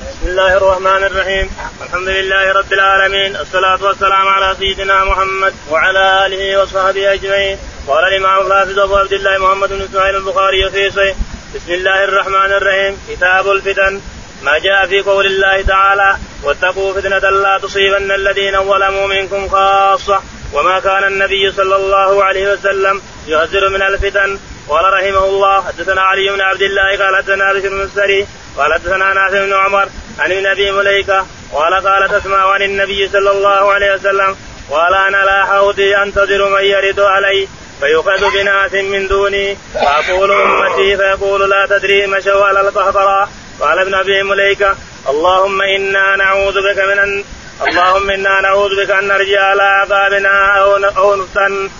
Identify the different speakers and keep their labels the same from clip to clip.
Speaker 1: بسم الله الرحمن الرحيم الحمد لله رب العالمين الصلاة والسلام على سيدنا محمد وعلى آله وصحبه أجمعين قال الإمام الحافظ أبو عبد الله محمد بن إسماعيل البخاري في صحيح بسم الله الرحمن الرحيم كتاب الفتن ما جاء في قول الله تعالى واتقوا فتنة لا تصيبن الذين ظلموا منكم خاصة وما كان النبي صلى الله عليه وسلم يهزر من الفتن قال رحمه الله حدثنا علي بن عبد الله قال حدثنا بشر بن السري قال حدثنا نافع بن عمر عن ابن ابي مليكه قال قالت اسمع عن النبي صلى الله عليه وسلم قال انا لا حوضي انتظر من يرد علي فيؤخذ بناس من دوني فاقول امتي فيقول لا تدري مشوا على القهقراء قال ابن ابي مليكه اللهم انا نعوذ بك من أن اللهم انا نعوذ بك ان نرجع على عقابنا او او نفتن.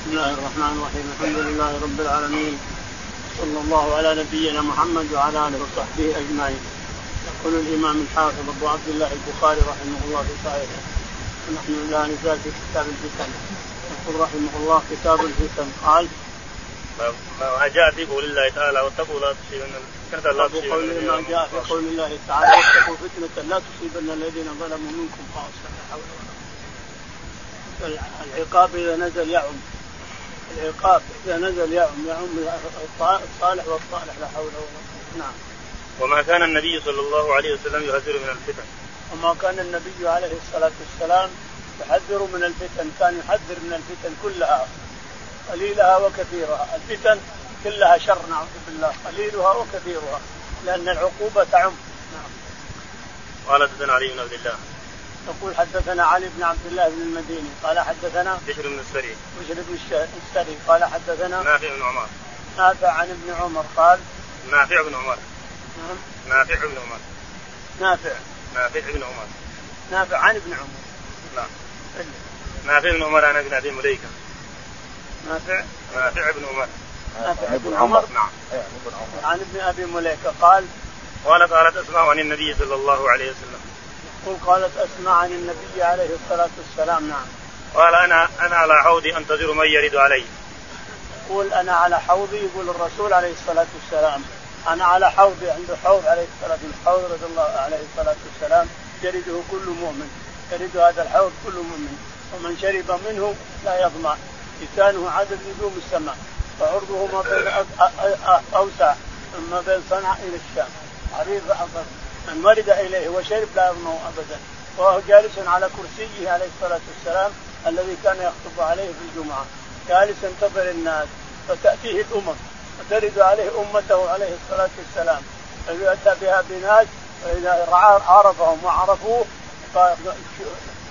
Speaker 2: بسم الله الرحمن الرحيم الحمد لله رب العالمين صلى الله على نبينا محمد وعلى اله وصحبه اجمعين يقول الامام الحافظ ابو عبد الله البخاري رحمه الله في صحيحه ونحن لا نزال في كتاب الفتن يقول رحمه الله كتاب الفتن قال
Speaker 1: ما جاء في قول الله تعالى واتقوا لا تصيبن كثر لا
Speaker 2: باب طيب، قول ما جاء في قول الله تعالى واتقوا فتنه لا تصيبن الذين ظلموا منكم خاصه لا حول ولا قوه العقاب اذا نزل يعم العقاب اذا نزل يعم يعم الصالح والصالح لا حول ولا قوه نعم
Speaker 1: وما كان النبي صلى الله عليه وسلم يهذر من الفتن
Speaker 2: وما كان النبي عليه الصلاه والسلام يحذر من الفتن كان يحذر من الفتن كلها قليلها وكثيرها الفتن كلها شر نعوذ بالله قليلها وكثيرها لأن العقوبة تعم نعم.
Speaker 1: قال حدثنا علي بن عبد الله
Speaker 2: يقول حدثنا علي بن عبد الله بن المديني قال حدثنا
Speaker 1: بشر بن السري
Speaker 2: بشر بن الش- السري قال حدثنا
Speaker 1: نافع بن عمر
Speaker 2: نافع عن ابن عمر قال
Speaker 1: نافع بن عمر
Speaker 2: نعم،
Speaker 1: نافع بن عمر
Speaker 2: نافع
Speaker 1: نافع بن عمر
Speaker 2: نافع عن ابن عمر
Speaker 1: نعم نافع بن عمر عن ابن ابي مليكه
Speaker 2: نافع
Speaker 1: نافع بن عمر
Speaker 2: نافع بن عمر
Speaker 1: نعم
Speaker 2: عن ابن ابي مليكه قال
Speaker 1: قال قالت اسماء عن النبي صلى الله عليه وسلم
Speaker 2: قل قالت اسمع عن النبي عليه الصلاه والسلام نعم
Speaker 1: قال انا انا على حوضي انتظر من يرد علي
Speaker 2: يقول انا على حوضي يقول الرسول عليه الصلاه والسلام انا على حوضي عند حوض عليه الصلاه والسلام حوض رضي الله عليه الصلاه والسلام يرده كل مؤمن يرد هذا الحوض كل مؤمن ومن شرب منه لا يظمأ لسانه عدد نجوم السماء وعرضه ما بين أ- أ- أ- اوسع ما بين صنعاء الى الشام عريض أصغر من ورد اليه وشرب لا يظمأ ابدا وهو جالس على كرسيه عليه الصلاه والسلام الذي كان يخطب عليه في الجمعه جالس ينتظر الناس فتأتيه الأمم وترد عليه أمته عليه الصلاة والسلام فيؤتى بها بناس فإذا رعا- عرفهم وعرفوه ف-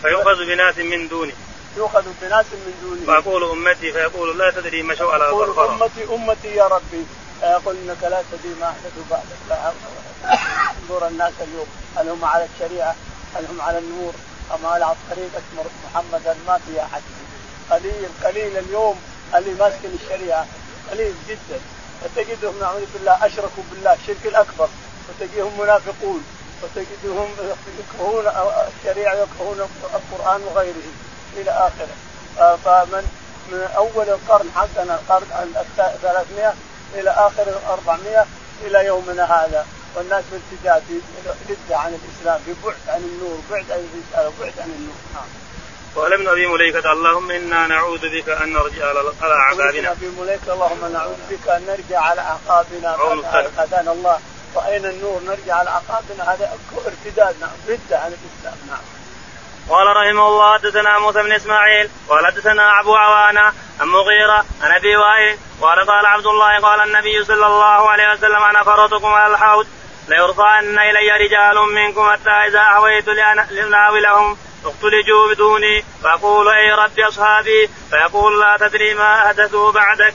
Speaker 1: فيؤخذ بناس من دوني
Speaker 2: يؤخذ بناس من دونه
Speaker 1: فاقول امتي فيقول لا تدري ما شو على
Speaker 2: يقول
Speaker 1: القهقرى
Speaker 2: أمتي أمتي يا ربي فيقول إنك لا تدري ما أحدث بعدك لا حول ولا قوة. انظر الناس اليوم هل هم على الشريعة هل هم على النور أم على طريقة مر- محمد ما في أحد قليل قليل اليوم اللي ماسكين الشريعة قليل جدا فتجدهم نعوذ بالله أشركوا بالله الشرك الأكبر وتجدهم منافقون وتجدهم يكرهون الشريعة يكرهون القرآن وغيره إلى آخره آه، فمن من أول القرن حقنا القرن الثا- 300 إلى آخر ال 400 إلى يومنا هذا والناس في ارتداد في ردة عن الإسلام في بعد عن النور بعد عن الرسالة بعد عن النور نعم
Speaker 1: قال ابن ابي مليكه اللهم انا نعوذ بك ان نرجع على على عقابنا
Speaker 2: في مليك اللهم نعوذ بك ان نرجع على اعقابنا
Speaker 1: عون
Speaker 2: بعد
Speaker 1: الخلق.
Speaker 2: هدانا الله راينا النور نرجع على اعقابنا هذا ارتداد نعم رده عن الاسلام نعم
Speaker 1: قال رحمه الله حدثنا موسى بن اسماعيل قال حدثنا ابو عوانه عن مغيره عن ابي وائل قال قال عبد الله قال النبي صلى الله عليه وسلم انا فرطكم على الحوض ليرفعن الي رجال منكم حتى اذا اهويت لأنا- لاناولهم اختلجوا بدوني فاقول اي رب اصحابي فيقول لا تدري ما احدثوا بعدك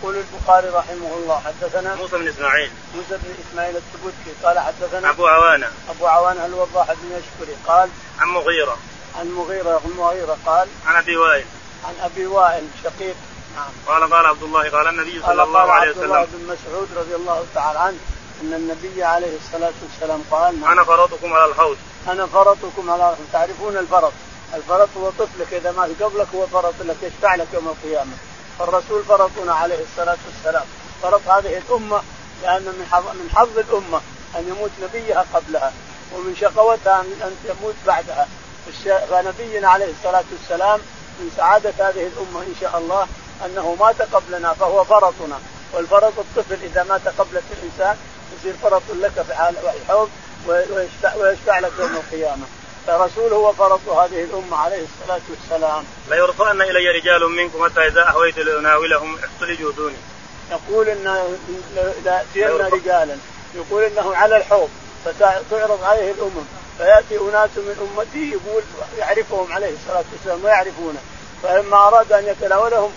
Speaker 2: يقول البخاري رحمه الله حدثنا
Speaker 1: موسى بن اسماعيل
Speaker 2: موسى بن اسماعيل السبوتي قال حدثنا
Speaker 1: ابو عوانه
Speaker 2: ابو عوان الوضاح بن يشكري قال
Speaker 1: عن مغيره
Speaker 2: عن مغيره المغيره قال
Speaker 1: عن ابي وائل
Speaker 2: عن ابي وائل شقيق نعم
Speaker 1: قال قال عبد الله قال النبي
Speaker 2: قال
Speaker 1: صلى الله عليه
Speaker 2: عبد الله
Speaker 1: وسلم
Speaker 2: بن مسعود رضي الله تعالى عنه ان النبي عليه الصلاه والسلام قال نعم.
Speaker 1: انا فرطكم على الحوض
Speaker 2: انا فرطكم على رحمة. تعرفون الفرط الفرط هو طفلك اذا مات قبلك هو فرط لك يشفع لك يوم القيامه فالرسول فرطنا عليه الصلاه والسلام فرط هذه الامه لان من حظ من حظ الامه ان يموت نبيها قبلها ومن شقوتها ان أن تموت بعدها الش- فنبينا عليه الصلاه والسلام من سعاده هذه الامه ان شاء الله انه مات قبلنا فهو فرطنا والفرط الطفل اذا مات قبلك الانسان يصير فرط لك في عالم الحوض ويشفع, ويشفع لك يوم القيامه فرسول هو فرط هذه الامه عليه الصلاه والسلام
Speaker 1: ليرفعن الي رجال منكم حتى اذا اهويت لاناولهم احتلجوا دوني
Speaker 2: يقول ان ياتينا رجالا يقول انه على الحوض فتعرض عليه الامم فياتي اناس من امته يقول يعرفهم عليه الصلاه والسلام ويعرفونه فلما اراد ان يتناولهم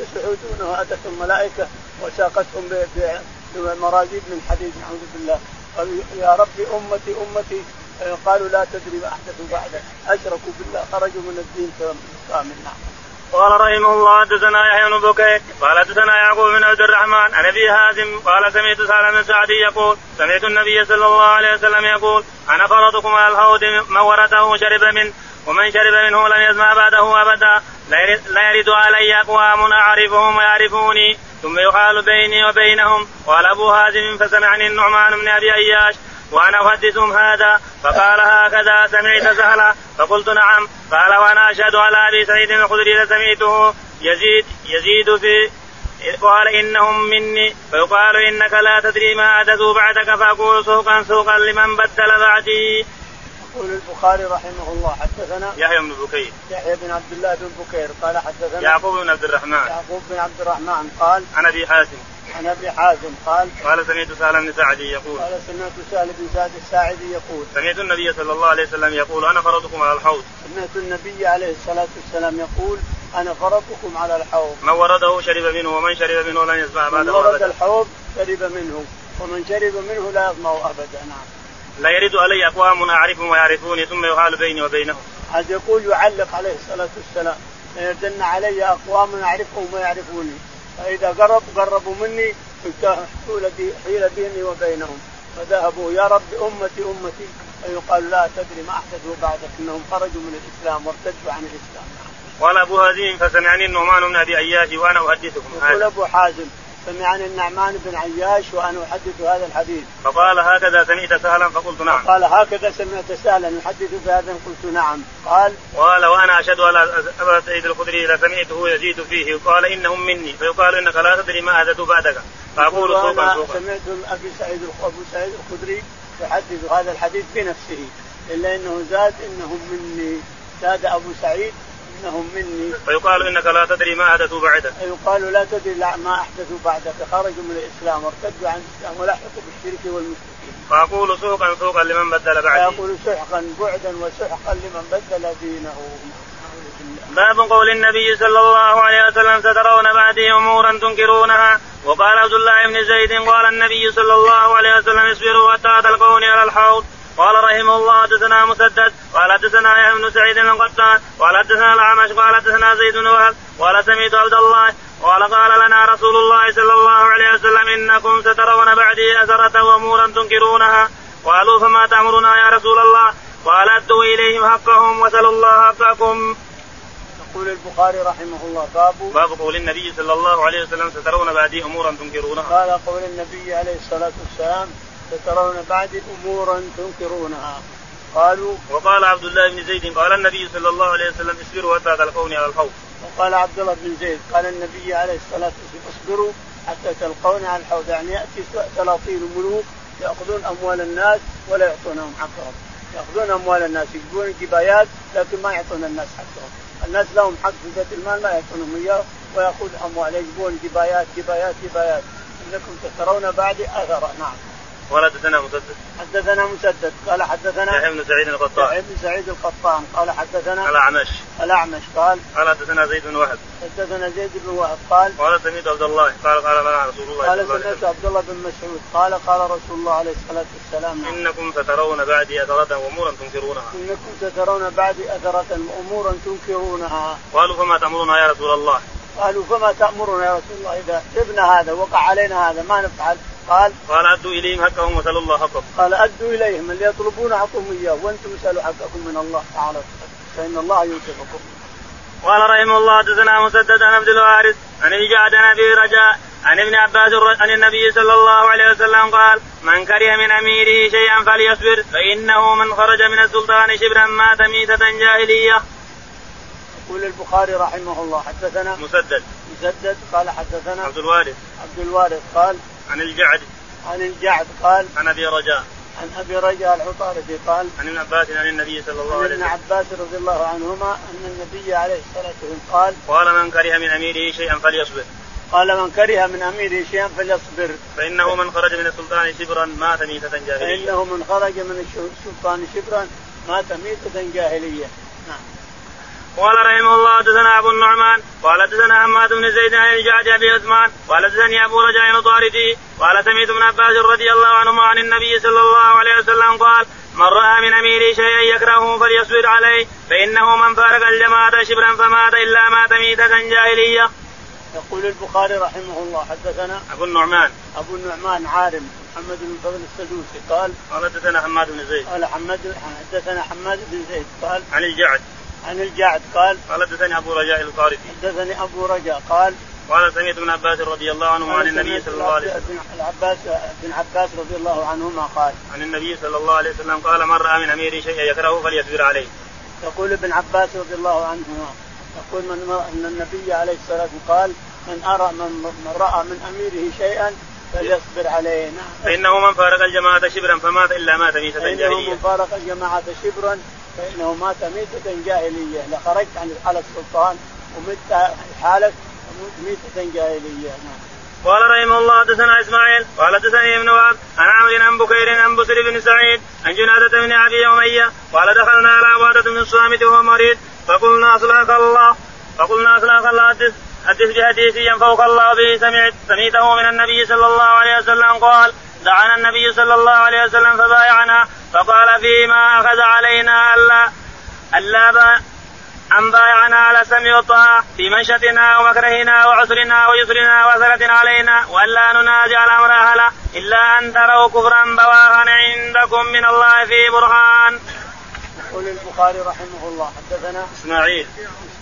Speaker 2: استحوذونه اتت الملائكه وساقتهم ب- ب- بمراجيب من حديد نعوذ بالله قالوا يا ربي امتي امتي قالوا لا تدري ما احدثوا بعدك اشركوا بالله خرجوا من الدين كامل نعم
Speaker 1: قال رحمه الله حدثنا يحيى بن بكير قال حدثنا يعقوب بن عبد الرحمن عن ابي هازم قال سمعت سالم بن سعدي يقول سمعت النبي صلى الله عليه وسلم يقول انا فرضكم على الحوض من ورثه شرب منه ومن شرب منه لم يسمع بعده ابدا لا يرد- لا يرد علي اقوام اعرفهم ويعرفوني ثم يقال بيني وبينهم قال ابو هازم فسمعني النعمان بن ابي اياش وانا احدثهم هذا فقال هكذا سمعت سهلا فقلت نعم قال وانا اشهد على ابي سعيد الخدري سمعته يزيد يزيد في قال انهم مني فيقال انك لا تدري ما حدثوا بعدك فاقول سوقا سوقا لمن بدل بعدي.
Speaker 2: يقول البخاري رحمه الله حدثنا
Speaker 1: يحيى بن بكير
Speaker 2: يحيى بن عبد الله بن بكير قال حدثنا
Speaker 1: يعقوب بن عبد الرحمن
Speaker 2: يعقوب بن عبد الرحمن قال
Speaker 1: عن ابي حاتم
Speaker 2: عن ابي حازم قال
Speaker 1: قال سمعت سالم بن سعدي يقول
Speaker 2: قال سمعت سهل بن سعد الساعدي يقول
Speaker 1: سمعت النبي صلى الله عليه وسلم يقول انا فرضكم على الحوض
Speaker 2: سمعت النبي عليه الصلاه والسلام يقول انا فرطكم على الحوض
Speaker 1: من ورده شرب منه ومن شرب منه لن يسمع
Speaker 2: من
Speaker 1: بعده
Speaker 2: ورد
Speaker 1: ابدا
Speaker 2: الحوض شرب منه ومن شرب منه لا يظمأ ابدا نعم
Speaker 1: لا يرد علي اقوام اعرفهم ويعرفوني ثم يحال بيني وبينهم
Speaker 2: عاد يقول يعلق عليه الصلاة والسلام ليردن علي أقوام أعرفهم ويعرفوني فإذا قرب قربوا مني حيل بي- حيل بيني وبينهم فذهبوا يا رب أمتي أمتي فيقال لا تدري ما أحدثوا بعدك إنهم خرجوا من الإسلام وارتدوا عن الإسلام
Speaker 1: قال ابو هازم فسمعني النعمان بن ابي اياش وانا احدثكم
Speaker 2: يقول
Speaker 1: هذا
Speaker 2: أبو حازم سمعني النعمان بن عياش وأنا أحدث هذا الحديث
Speaker 1: فقال هكذا سمعت سهلا فقلت نعم
Speaker 2: قال هكذا سمعت سهلا يحدث بهذا قلت نعم قال
Speaker 1: قال وانا اشهد على ابا سعيد الخدري لسمعته يزيد فيه قال انهم مني فيقال انك لا تدري ما احدث بعدك فاقول سوقا
Speaker 2: وانا
Speaker 1: سوقا
Speaker 2: سمعت ابي سعيد ابو سعيد الخدري يحدث هذا الحديث بنفسه الا انه زاد انهم مني زاد ابو سعيد انهم مني
Speaker 1: فيقال انك لا تدري ما احدث بعدك
Speaker 2: يقال لا تدري لا- ما احدثوا بعدك خرجوا من الاسلام وارتدوا عن الاسلام ولحقوا بالشرك والمشركين
Speaker 1: فاقول سوقا سوقا لمن بدل بعدي
Speaker 2: فيقول سحقا بعدا وسحقا لمن بدل دينه نعوذ بالله.
Speaker 1: باب قول النبي صلى الله عليه وسلم سترون بعدي امورا تنكرونها وقال عبد الله بن زيد قال النبي صلى الله عليه وسلم اصبروا حتى تلقوني على الحوض قال رحمه الله حدثنا مسدد قال حدثنا يحيى بن سعيد بن قطان قال حدثنا الاعمش قال حدثنا زيد بن وهب قال سميت عبد الله قال قال لنا رسول الله صلى الله عليه وسلم انكم سترون بعدي اثرة وامورا تنكرونها قالوا فما تامرنا يا رسول الله قال ادوا اليهم حقهم وسلوا الله حقكم
Speaker 2: يقول البخاري رحمه الله باب
Speaker 1: باب قول النبي صلى الله عليه وسلم سترون بعدي امورا تنكرونها
Speaker 2: قال قول النبي عليه الصلاة والسلام سترون بعد أمورا تنكرونها قالوا
Speaker 1: وقال عبد الله بن زيد قال النبي صلى الله عليه وسلم اصبروا حتى تلقوني على الحوض
Speaker 2: وقال عبد الله بن زيد قال النبي عليه الصلاة والسلام اصبروا حتى تلقون على الحوض يعني يأتي سلاطين ملوك يأخذون أموال الناس ولا يعطونهم حقهم يأخذون أموال الناس يجيبون الجبايات لكن ما يعطون الناس حقهم الناس لهم حق في بيت المال ما يعطونهم إياه ويأخذ أموال يجيبون جبايات جبايات جبايات إنكم تترون بعد أثرا نعم
Speaker 1: ولا تتنا مسدد
Speaker 2: حدثنا مسدد قال حدثنا
Speaker 1: يحيى بن سعيد القطان
Speaker 2: سعيد بن سعيد القطان قال حدثنا
Speaker 1: على عمش
Speaker 2: الأعمش قال
Speaker 1: قال حدثنا زيد بن وهب
Speaker 2: حدثنا زيد بن وهب قال
Speaker 1: قال سميت عبد الله قال قال لنا رسول الله صلى
Speaker 2: قال
Speaker 1: الله عليه وسلم
Speaker 2: سمعت عبد الله بن مسعود قال قال رسول الله عليه الصلاة والسلام
Speaker 1: انكم سترون بعدي اثرة وامورا تنكرونها
Speaker 2: إنكم سترون بعد أثرة وأمورا تنكرونها
Speaker 1: قالوا فما تامرنا يا رسول الله
Speaker 2: قالوا فما تأمرنا يا رسول الله إذا شفنا هذا وقع علينا هذا ما نفعل قال
Speaker 1: قال ادوا اليهم حقهم وسلوا الله حقكم
Speaker 2: قال أدوا إليهم اللي يطلبون أعطوهم إياه وأنتم اسألوا حقكم من الله تعالى فإن الله يوفقكم
Speaker 1: قال رحمه الله حدثنا مسدد عن عبد الوارث عن ابي جعد عن ابي رجاء عن ابن عباس الر- عن النبي صلى الله عليه وسلم قال من كره من اميره شيئا فليصبر فانه من خرج من السلطان شبرا مات ميته جاهليه.
Speaker 2: يقول البخاري رحمه الله حدثنا
Speaker 1: مسدد
Speaker 2: مسدد قال حدثنا
Speaker 1: عبد الوارث
Speaker 2: عبد الوارث قال
Speaker 1: عن الجعد
Speaker 2: عن الجعد قال
Speaker 1: عن ابي رجاء
Speaker 2: عن ابي رجاء العطاردي قال
Speaker 1: عن ابن عباس عن النبي صلى الله
Speaker 2: عن
Speaker 1: عليه
Speaker 2: ابن
Speaker 1: وسلم
Speaker 2: عباس رضي الله عنهما ان النبي عليه الصلاه والسلام قال
Speaker 1: قال من كره من اميره شيئا فليصبر
Speaker 2: قال من كره من اميره شيئا فليصبر
Speaker 1: فانه من خرج من السلطان شبرا مات ميته جاهليه.
Speaker 2: فانه من خرج من الش- السلطان شبرا مات ميته جاهليه نعم
Speaker 1: قال رحمه الله حدثنا ابو النعمان قال حدثنا حماد بن زيد عن الجعد ابي عثمان قال حدثني ابو رجاء الطاردي قال سمعت ابن عباس رضي الله عنهما عن النبي صلى الله عليه وسلم قال من راى من اميره شيئا يكرهه فليصبر عليه فانه من فارق الجماعه شبرا فمات الا مات ميته جاهليه.
Speaker 2: يقول البخاري رحمه الله حدثنا
Speaker 1: ابو النعمان
Speaker 2: ابو النعمان عارم محمد بن فضل السدوسي قال
Speaker 1: قال حدثنا حماد بن زيد
Speaker 2: قال حماد حدثنا حماد بن زيد قال
Speaker 1: عن الجعد
Speaker 2: عن الجعد قال
Speaker 1: قال حدثني ابو رجاء الطاردي
Speaker 2: حدثني ابو رجاء قال
Speaker 1: قال سمعت ابن عباس رضي الله عنه عن النبي صلى الله عليه وسلم
Speaker 2: وسلم العباس بن عباس رضي الله عنهما قال
Speaker 1: عن النبي صلى الله عليه وسلم قال من راى من اميره شيئا يكرهه فليصبر عليه.
Speaker 2: يقول ابن عباس رضي الله عنهما يقول من ان النبي عليه الصلاه والسلام قال من ارى من, من راى من اميره شيئا فليصبر عليه نعم
Speaker 1: فإنه من فارق الجماعة شبرا فمات إلا مات ميتة
Speaker 2: فانه من
Speaker 1: جاهلية
Speaker 2: فارق الجماعه شبرا فانه مات ميته جاهليه لخرجت عن على السلطان ومت حالك ميته جاهليه نعم
Speaker 1: قال رحمه الله حدثنا إسماعيل قال حدثني ابن وهب عن عمرو عن بكير عن بسر بن سعيد عن جنادة بن أبي أمية قال دخلنا على عبادة بن الصامت وهو مريض فقلنا أصلحك الله فقلنا أصلحك الله حدث حدث بحديث ينفوك الله به سمعت سمعته من النبي صلى الله عليه وسلم قال دعانا النبي صلى الله عليه وسلم فبايعنا فقال فيما أخذ علينا ألا ألا با- أن بايعنا على السمع والطاعة في مشيتنا ومكرهنا وعسرنا ويسرنا وعثرة علينا وألا ننازع الأمر أهله إلا أن تروا كفرا بواها عندكم من الله في برهان.
Speaker 2: يقول البخاري رحمه الله حدثنا
Speaker 1: إسماعيل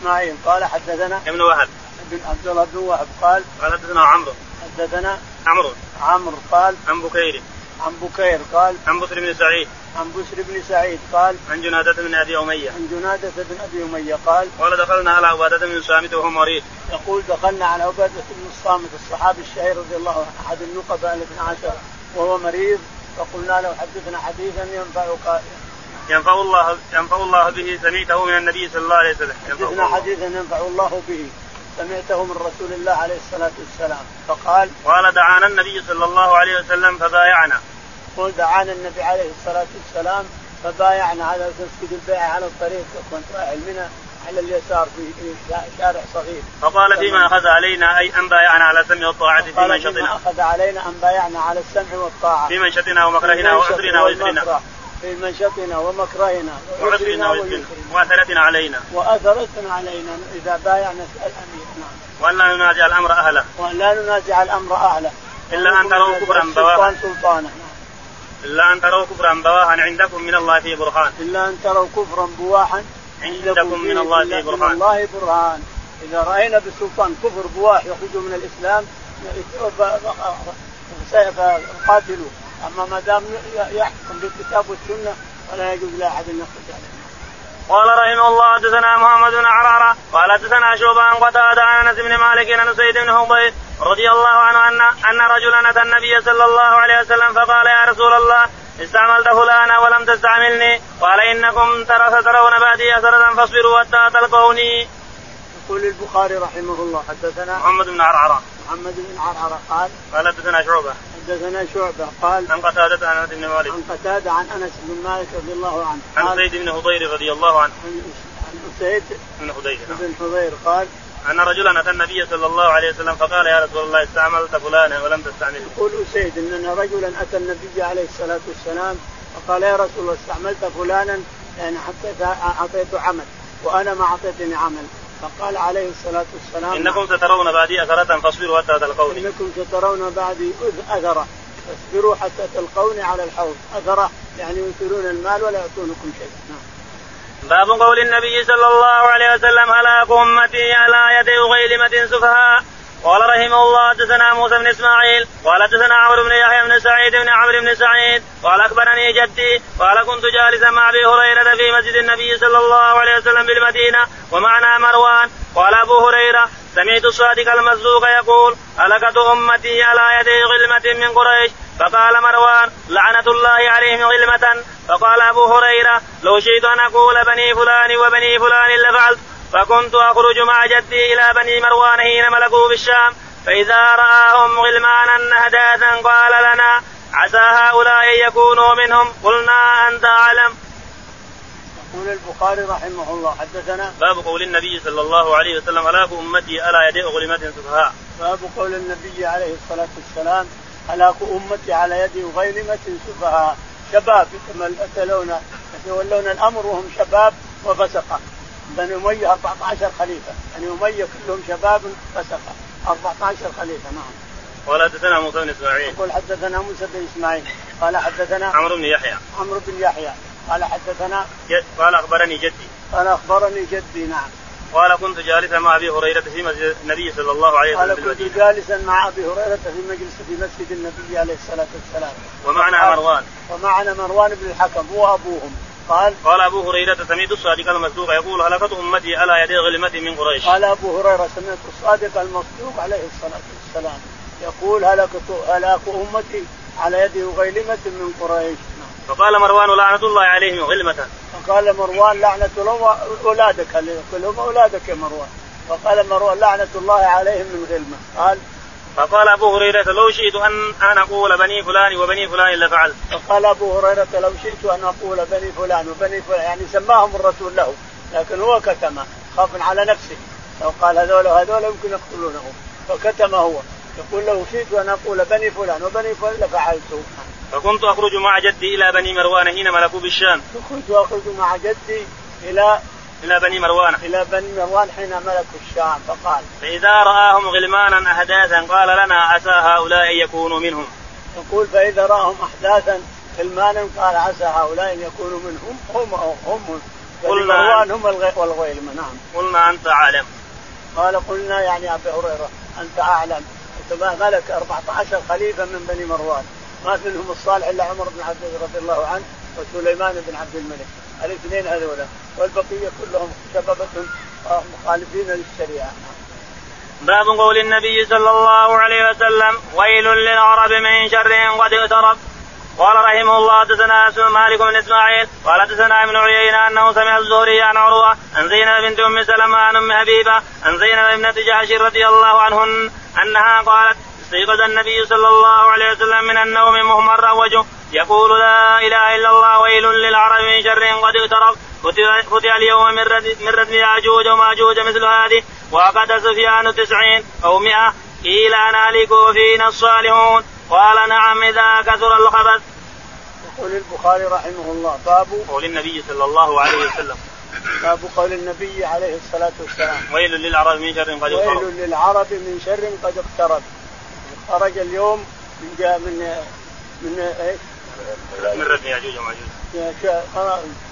Speaker 2: اسماعيل قال حدثنا
Speaker 1: بن وهب
Speaker 2: ابن عبد الله بن وهب قال
Speaker 1: قال حدثنا عمرو
Speaker 2: حدثنا
Speaker 1: عمرو
Speaker 2: عمرو قال
Speaker 1: عن بكير
Speaker 2: عن بكير قال
Speaker 1: عن بصر بن سعيد
Speaker 2: عن بشر بن سعيد قال
Speaker 1: عن جنادة بن أبي أمية
Speaker 2: عن جنادة بن أبي أمية قال
Speaker 1: قال دخلنا على عبادة بن سامت وهو مريض
Speaker 2: يقول دخلنا على عبادة بن الصامت الصحابي الشهير رضي الله عنه أحد النقباء الاثنى عشر وهو مريض فقلنا له حدثنا حديثا ينفعك
Speaker 1: ينفع الله ينفع الله به سمعته من النبي صلى الله عليه وسلم ينفعه
Speaker 2: حدثنا
Speaker 1: الله.
Speaker 2: حديثا ينفع الله به سمعته من رسول الله عليه الصلاة والسلام فقال
Speaker 1: قال دعانا النبي صلى الله عليه وسلم فبايعنا
Speaker 2: قل دعانا النبي عليه الصلاة والسلام فبايعنا على تسجد البيعة على الطريق كنت رايح منى على اليسار في شارع صغير
Speaker 1: فقال فيما اخذ علينا اي ان بايعنا على السمع والطاعه في
Speaker 2: قال فيما
Speaker 1: منشطنا
Speaker 2: أخذ علينا أن بايعنا على السمع والطاعة
Speaker 1: في منشطنا ومكرهنا
Speaker 2: في منشط
Speaker 1: وعسرنا ويسرنا
Speaker 2: والمكره، في منشطنا ومكرهنا
Speaker 1: وعسرنا ويسرنا واثرتنا علينا
Speaker 2: وأثرتنا علينا إذا بايعنا الأمير نعم
Speaker 1: وان لا ننازع الامر اهله
Speaker 2: وأن لا ننازع الأمر أهله
Speaker 1: إلا أن تروا كفراً بواحا.
Speaker 2: سلطان سلطانه نعم.
Speaker 1: الا ان تروا كفرا بواها عندكم من الله في برهان
Speaker 2: إلا أن تروا كفرا بواحا
Speaker 1: عندكم من الله
Speaker 2: إلا
Speaker 1: في
Speaker 2: من
Speaker 1: برهان
Speaker 2: الله برهان إذا رأينا بالسلطان كفر بواح يخرج من الإسلام فقاتلوا أما ما دام يحكم بالكتاب والسنة فلا يجوز لأحد أن يخرج عليه
Speaker 1: قال رحمه الله حدثنا محمد بن عرارة قال حدثنا شعبة عن قتادة عن انس بن مالك عن سيد بن حضير رضي الله عنه ان ان رجلا اتى النبي صلى الله عليه وسلم فقال يا رسول الله استعملت فلانا ولم تستعملني قال انكم ترى سترون بعدي اثرة فاصبروا حتى تلقوني
Speaker 2: يقول البخاري رحمه الله حدثنا
Speaker 1: محمد بن عرعرة
Speaker 2: محمد بن عرعر قال
Speaker 1: قال حدثنا شعبة
Speaker 2: حدثنا شعبة قال
Speaker 1: عن قتادة عن انس بن مالك
Speaker 2: عن قتادة عن أنس بن مالك رضي الله عنه
Speaker 1: عن
Speaker 2: قال
Speaker 1: سيد بن حضير رضي الله عنه
Speaker 2: عن عن أسيد
Speaker 1: بن حضير نعم.
Speaker 2: بن حضير قال
Speaker 1: ان رجلا اتى النبي صلى الله عليه وسلم فقال يا رسول الله استعملت فلانا ولم تستعملني
Speaker 2: يقول أسيد أن رجلا أتى النبي عليه الصلاة والسلام فقال يا رسول الله استعملت فلانا يعني حطيت أعطيته عمل وأنا ما أعطيتني عمل فقال عليه الصلاة والسلام
Speaker 1: انكم سترون بعدي اثرة فاصبروا حتى تلقوني
Speaker 2: إنكم سترون بعدي أذ- أثرة فاصبروا حتى تلقوني على الحوض أثرة يعني ينكرون المال ولا يعطونكم شيء نعم.
Speaker 1: باب قول النبي صلى الله عليه وسلم هلاك امتي على يد غيلمة سفهاء قال رحمه الله حدثنا موسى بن اسماعيل قال حدثنا عمرو بن يحيى بن سعيد بن عمرو بن سعيد قال اخبرني جدي قال كنت جالسا مع ابي هريره في مسجد النبي صلى الله عليه وسلم بالمدينه ومعنا مروان قال ابو هريره سمعت الصادق المصدوق يقول ألكت أمتي على يد غلمة من قريش فقال مروان لعنة الله عليهم غلمة فقال أبو هريرة لو شئت أن أقول بني فلان وبني فلان لفعلت فكنت أخرج مع جدي إلى بني مروان حين ملكوا بالشام فإذا رآهم غلمانا أحداثا قال لنا عسى هؤلاء أن يكونوا منهم قلنا أنت أعلم
Speaker 2: يقول البخاري رحمه الله حدثنا
Speaker 1: باب قول النبي صلى الله عليه وسلم هلاك امتي على يد غلمة سفهاء
Speaker 2: باب قول النبي عليه الصلاة والسلام هلاك أمتي على يد غيلمة سفهاء شباب يتولون يتولون الأمر وهم شباب وفسقة بني أمية 14 خليفة بني أمية كلهم شباب فسقة 14 خليفة نعم
Speaker 1: قال حدثنا موسى بن اسماعيل
Speaker 2: يقول حدثنا موسى بن إسماعيل قال حدثنا
Speaker 1: عمرو بن يحيى
Speaker 2: عمرو بن يحيى قال حدثنا
Speaker 1: جد قال اخبرني جدي
Speaker 2: قال أخبرني جدي نعم
Speaker 1: قال كنت جالسا مع ابي هريره في مسجد النبي صلى الله عليه وسلم
Speaker 2: قال كنت
Speaker 1: بالمدينه
Speaker 2: جالسا مع ابي هريره في مجلس في مسجد النبي عليه الصلاه والسلام
Speaker 1: ومعنا
Speaker 2: قال-
Speaker 1: مروان
Speaker 2: ومعنا مروان بن الحكم هو ابوهم قال
Speaker 1: قال ابو هريره سمعت الصادق المصدوق يقول هلكت امتي على يد غلمة من قريش
Speaker 2: قال ابو هريره سمعت الصادق المصدوق عليه الصلاه والسلام يقول هلكت هلاك امتي على يد غيلمه من قريش نعم.
Speaker 1: فقال مروان لعنه الله عليهم غلمة
Speaker 2: فقال مروان لعنة الله أولادك اللي يقول هم أولادك يا مروان فقال مروان لعنة الله عليهم من غلمة قال
Speaker 1: فقال ابو هريره لو شئت ان ان اقول بني فلان وبني فلان لفعلت
Speaker 2: فقال ابو هريره لو شئت ان اقول بني فلان وبني فلان يعني سماهم الرسول له لكن هو كتمه خوفا على نفسه لو قال هذول وهذول يمكن يقتلونه فكتم هو يقول لو شئت ان اقول بني فلان وبني فلان لفعلته
Speaker 1: فكنت اخرج مع جدي الى بني مروان حين ملكوا بالشام
Speaker 2: فكنت اخرج مع جدي الى
Speaker 1: الى بني مروان
Speaker 2: الى بني مروان حين ملكوا الشام فقال
Speaker 1: فإذا رآهم غلمانا أحداثا قال لنا عسى هؤلاء أن يكونوا منهم
Speaker 2: يقول فاذا راهم احداثا سلمان قال عسى هؤلاء ان يكونوا منهم هم هم بني
Speaker 1: قلنا-
Speaker 2: مروان هم الغي- والغيلمه نعم
Speaker 1: قلنا أنت عالم
Speaker 2: قال قلنا يعني ابي هريره انت اعلم انت ما ملك 14 خليفه من بني مروان ما منهم الصالح الا عمر بن عبد العزيز رضي الله عنه وسليمان بن عبد الملك الاثنين هذولا والبقيه كلهم شبابة آه، مخالفين للشريعه
Speaker 1: باب قول النبي صلى الله عليه وسلم ويل للعرب من شر قد اقترب قال رحمه الله حدثنا اسم مالك بن اسماعيل قال حدثنا ابن عيينه انه سمع الزهري عن عروه عن زينب بنت ام سلمه عن ام حبيبه عن زينب ابنه جحش رضي الله عنهن انها قالت استيقظ النبي صلى الله عليه وسلم من النوم مهمرا وجهه يقول لا اله الا الله ويل للعرب من شر قد اقترب فتح- فتح اليوم من رد من ردم ياجوج وماجوج مثل هذه وعقد سفيان تسعين او مئة قيل انا لك وفينا الصالحون قال نعم اذا كثر الخبث
Speaker 2: يقول البخاري رحمه الله باب
Speaker 1: قول النبي صلى الله عليه وسلم
Speaker 2: باب قول النبي عليه الصلاه والسلام
Speaker 1: ويل للعرب من شر قد يقرب
Speaker 2: ويل للعرب من شر قد اقترب خرج اليوم من جا من من ايش؟
Speaker 1: من ردم ياجوج وماجوج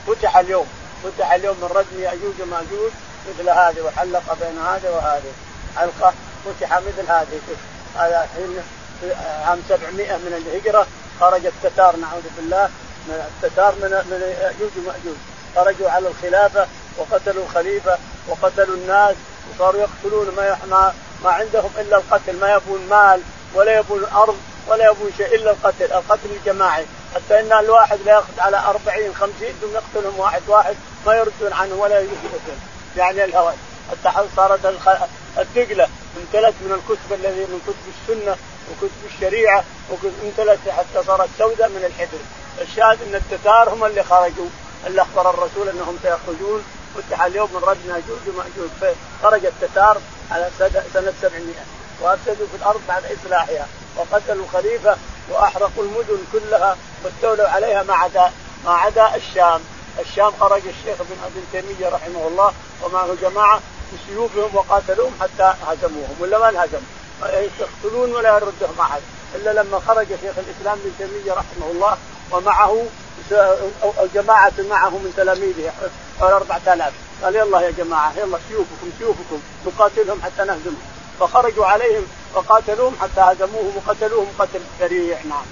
Speaker 2: فتح اليوم فتح اليوم من ردم ياجوج وماجوج مثل هذه وحلق بين هذا وهذا حلقه فتح مثل هذه شوف هذا حين في عام 700 من الهجره خرج التتار نعوذ بالله من التتار من من ياجوج وماجوج خرجوا على الخلافه وقتلوا الخليفه وقتلوا الناس وصاروا يقتلون ما يح- ما ما عندهم الا القتل ما يبون مال ولا يبون ارض ولا يبون شيء الا القتل، القتل الجماعي، حتى ان الواحد لا ياخذ على 40 50 ثم يقتلهم واحد واحد ما يردون عنه ولا يقتلون، يعني الهوى، حتى حل- صارت الخ- الدقله امتلت من الكتب الذي من كتب السنه وكتب الشريعه وكتب امتلت حتى صارت سوداء من الحبر، الشاهد ان التتار هم اللي خرجوا، اللي اخبر الرسول انهم سيخرجون فتح اليوم من رد ياجوج وماجوج خرج التتار على سد- سنه 700 وافسدوا في الارض بعد اصلاحها وقتلوا خليفه واحرقوا المدن كلها واستولوا عليها ما عدا ما عدا الشام، الشام خرج الشيخ بن ابي تيميه رحمه الله ومعه جماعه بسيوفهم وقاتلوهم حتى هزموهم ولا ما انهزم يقتلون ولا يردهم احد الا لما خرج شيخ الاسلام ابن تيميه رحمه الله ومعه س- أو- أو جماعه معه من تلاميذه حوالي 4000 قال يلا يا جماعه يلا سيوفكم سيوفكم نقاتلهم حتى نهزمهم فخرجوا عليهم وقاتلوهم حتى هزموهم وقتلوهم قتل سريع نعم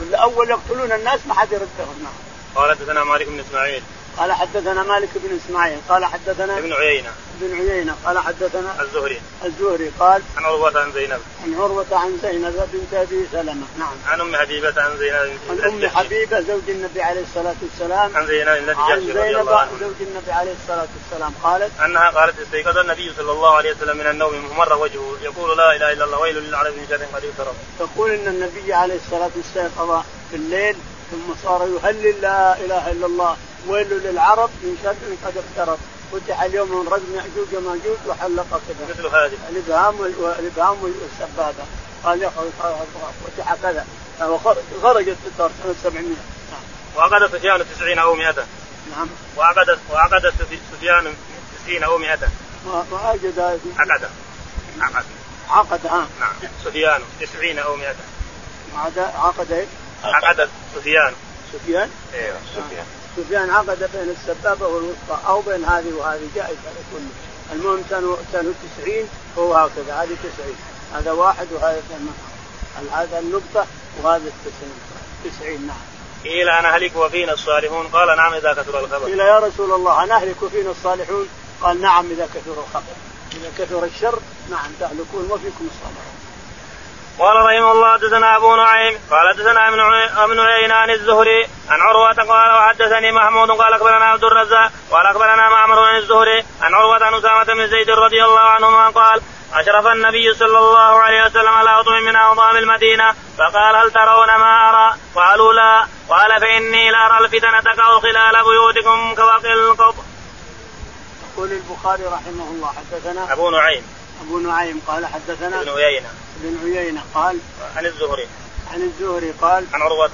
Speaker 2: الاول يقتلون الناس ما حد يردهم نعم
Speaker 1: قال حدثنا مالك بن اسماعيل
Speaker 2: قال حدثنا مالك بن اسماعيل قال حدثنا
Speaker 1: ابن عيينه
Speaker 2: بن عيينه قال حدثنا
Speaker 1: الزهري
Speaker 2: الزهري قال
Speaker 1: عن عروه عن زينب
Speaker 2: عن عروه عن زينب بنت ابي سلمه نعم
Speaker 1: عن ام حبيبه عن زينب
Speaker 2: عن
Speaker 1: بنت
Speaker 2: ام
Speaker 1: الجحش.
Speaker 2: حبيبه زوج النبي عليه الصلاه والسلام
Speaker 1: عن زينب بنت
Speaker 2: عن
Speaker 1: الجحش رضي
Speaker 2: زينب
Speaker 1: الله عنها
Speaker 2: زوج النبي عليه الصلاه والسلام قالت
Speaker 1: انها قالت استيقظ النبي صلى الله عليه وسلم من النوم ممر وجهه يقول لا اله الا الله ويل للعرب من شر قد اقترب
Speaker 2: تقول ان النبي عليه الصلاه والسلام قضى في الليل ثم صار يهلل لا اله الا الله ويل للعرب من شر قد اقترب فتح اليوم من رجم ياجوج وماجوج وحلق كذا
Speaker 1: مثل هذه
Speaker 2: الابهام وال- والابهام والسبابه قال يخرج فتح كذا وخرج- خرجت الدار سنه 700
Speaker 1: وعقد سفيان 90 او 100
Speaker 2: نعم
Speaker 1: وعقد وعقد سفي- سفيان 90 او 100
Speaker 2: و- واجد
Speaker 1: عقد عقد
Speaker 2: عقد ها
Speaker 1: نعم سفيان 90 او 100
Speaker 2: عقد- عقد ايش؟
Speaker 1: عقد سفيان
Speaker 2: سفيان
Speaker 1: ايوه
Speaker 2: سفيان سفيان عقد بين السبابه والوسطى او بين هذه وهذه جائز هذا كله المهم سنه سنه 90 هو هكذا هذه 90 هذا واحد وهذا ثمان هذا النقطه وهذا التسعين 90 نعم
Speaker 1: قيل انا هلك وفينا الصالحون قال نعم اذا كثر الخبر
Speaker 2: قيل يا رسول الله نهلك فينا الصالحون قال نعم اذا كثر الخطر اذا كثر الشر نعم تهلكون وفيكم الصالحون
Speaker 1: قال رحمه الله حدثنا ابو نعيم قال حدثنا ابن عي- ابن عيينة عن الزهري عن عروة قال وحدثني محمود قال اخبرنا عبد الرزاق قال اخبرنا معمر عن الزهري عن عروة عن اسامة بن زيد رضي الله عنهما قال أشرف النبي صلى الله عليه وسلم على أطعم من أوطام المدينة فقال هل ترون ما أرى؟ قالوا لا قال فإني لأرى الفتنة تقع خلال بيوتكم كواقع القبر
Speaker 2: يقول البخاري رحمه الله حدثنا
Speaker 1: أبو نعيم
Speaker 2: ابو نعيم قال حدثنا
Speaker 1: بن عيينة
Speaker 2: بن عيينه قال
Speaker 1: عن الزهري
Speaker 2: عن الزهري قال
Speaker 1: عن عروة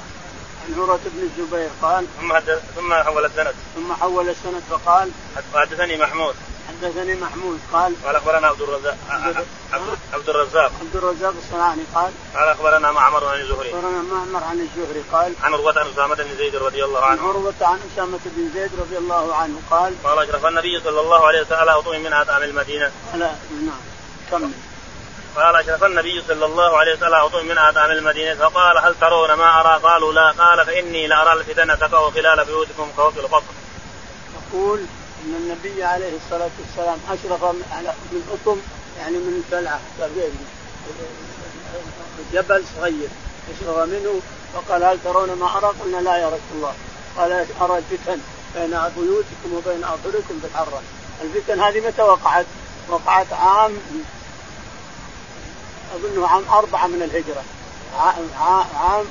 Speaker 2: عن عروة بن الزبير قال
Speaker 1: ثم حدث- ثم حول السند
Speaker 2: ثم حول السند فقال
Speaker 1: حدثني محمود
Speaker 2: حدثني محمود قال
Speaker 1: قال اخبرنا عبد الرزاق
Speaker 2: عبد-
Speaker 1: عبد- عبد الرزاق
Speaker 2: عبد الرزاق الصنعاني قال
Speaker 1: قال اخبرنا معمر عن الزهري
Speaker 2: اخبرنا معمر عن الزهري قال
Speaker 1: عن عروه عن اسامه بن زيد رضي الله
Speaker 2: عن
Speaker 1: عنه
Speaker 2: عروة عن أسامة بن زيد رضي الله عنه قال
Speaker 1: قال اشرف النبي صلى الله عليه وسلم على اطعم من اطعم المدينه
Speaker 2: على نعم كمل
Speaker 1: قال اشرف النبي صلى الله عليه وسلم على اطعم من اطعم المدينه فقال هل ترون ما ارى؟ قالوا لا قال فاني لارى الفتنه تقع خلال بيوتكم كوكب القصر
Speaker 2: يقول أن النبي عليه الصلاة والسلام أشرف على من أطم يعني من بلعة صغير جبل صغير أشرف منه فقال هل ترون ما أرى؟ قلنا لا يا رسول الله قال أرى الفتن بين بيوتكم وبين أظهركم بالحرة الفتن هذه متى وقعت؟ وقعت عام أظنه عام أربعة من الهجرة عام, عام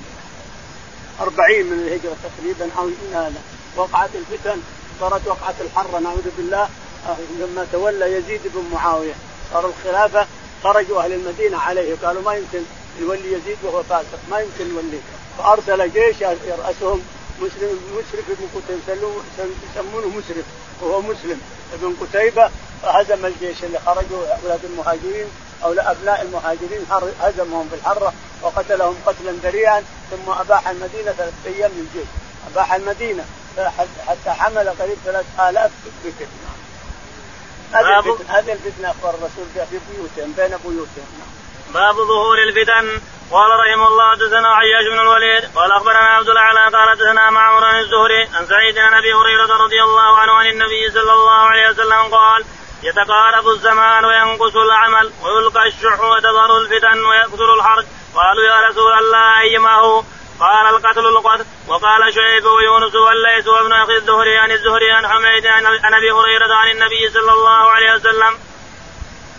Speaker 2: أربعين من الهجرة تقريبا أو لا لا. وقعت الفتن صارت وقعت الحرة نعوذ بالله آه، لما تولى يزيد بن معاوية صار الخلافة خرجوا أهل المدينة عليه قالوا ما يمكن يولي يزيد وهو فاسق ما يمكن يولي فأرسل جيش يرأسهم مسلم مشرف بن قتيبة يسلوه- يسمونه مسرف وهو مسلم بن قتيبة فهزم الجيش اللي خرجوا أولاد المهاجرين أو أبناء المهاجرين حر- هزمهم في الحرة وقتلهم قتلا ذريعا ثم أباح المدينة ثلاثة أيام للجيش أباح المدينة فحت- حتى حمل قريب ثلاثة آلاف بكر هذه
Speaker 1: باب-
Speaker 2: الفتنة هذه الفتنة أخبر الرسول بها في بيوتهم بين بيوتهم
Speaker 1: باب ظهور الفتن قال رحمه الله حدثنا عياش بن الوليد قال اخبرنا عبد الاعلى قال حدثنا معمر عن الزهري عن سعيد عن ابي هريره رضي الله عنه عن النبي صلى الله عليه وسلم قال يتقارب الزمان وينقص العمل ويلقى الشح وتظهر الفتن ويكثر الحرج قالوا يا رسول الله ايما هو؟ قال القتل القتل وقال شعيب ويونس والليث وابن اخي الزهري عن الزهري عن حميد عن عن ابي هريره عن النبي صلى الله عليه وسلم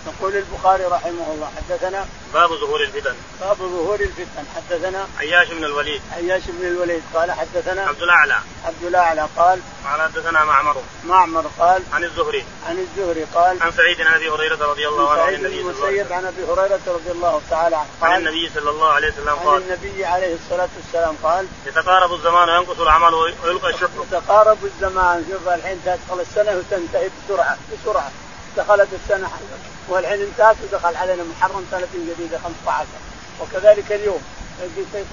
Speaker 2: يقول البخاري رحمه الله حدثنا
Speaker 1: باب ظهور الفتن
Speaker 2: باب ظهور الفتن حدثنا
Speaker 1: عياش بن الوليد
Speaker 2: عياش بن الوليد قال حدثنا
Speaker 1: عبد الاعلى
Speaker 2: عبد الاعلى قال
Speaker 1: قال حدثنا معمر
Speaker 2: معمر قال
Speaker 1: عن الزهري
Speaker 2: عن الزهري قال
Speaker 1: عن سعيد بن ابي هريره رضي الله عنه عن
Speaker 2: سعيد بن
Speaker 1: النبي صلى الله عليه
Speaker 2: المسيب
Speaker 1: وسلم
Speaker 2: عن ابي هريره رضي الله تعالى عنه
Speaker 1: عن
Speaker 2: قال
Speaker 1: النبي صلى الله عليه وسلم
Speaker 2: عن
Speaker 1: قال
Speaker 2: النبي عليه الصلاه والسلام قال
Speaker 1: يتقارب الزمان وينقص العمل ويلقى الشح
Speaker 2: تقارب الزمان شوف الحين تدخل السنه وتنتهي بسرعه بسرعه دخلت السنه والحين انتهت ودخل علينا محرم سنه جديده 15 وكذلك اليوم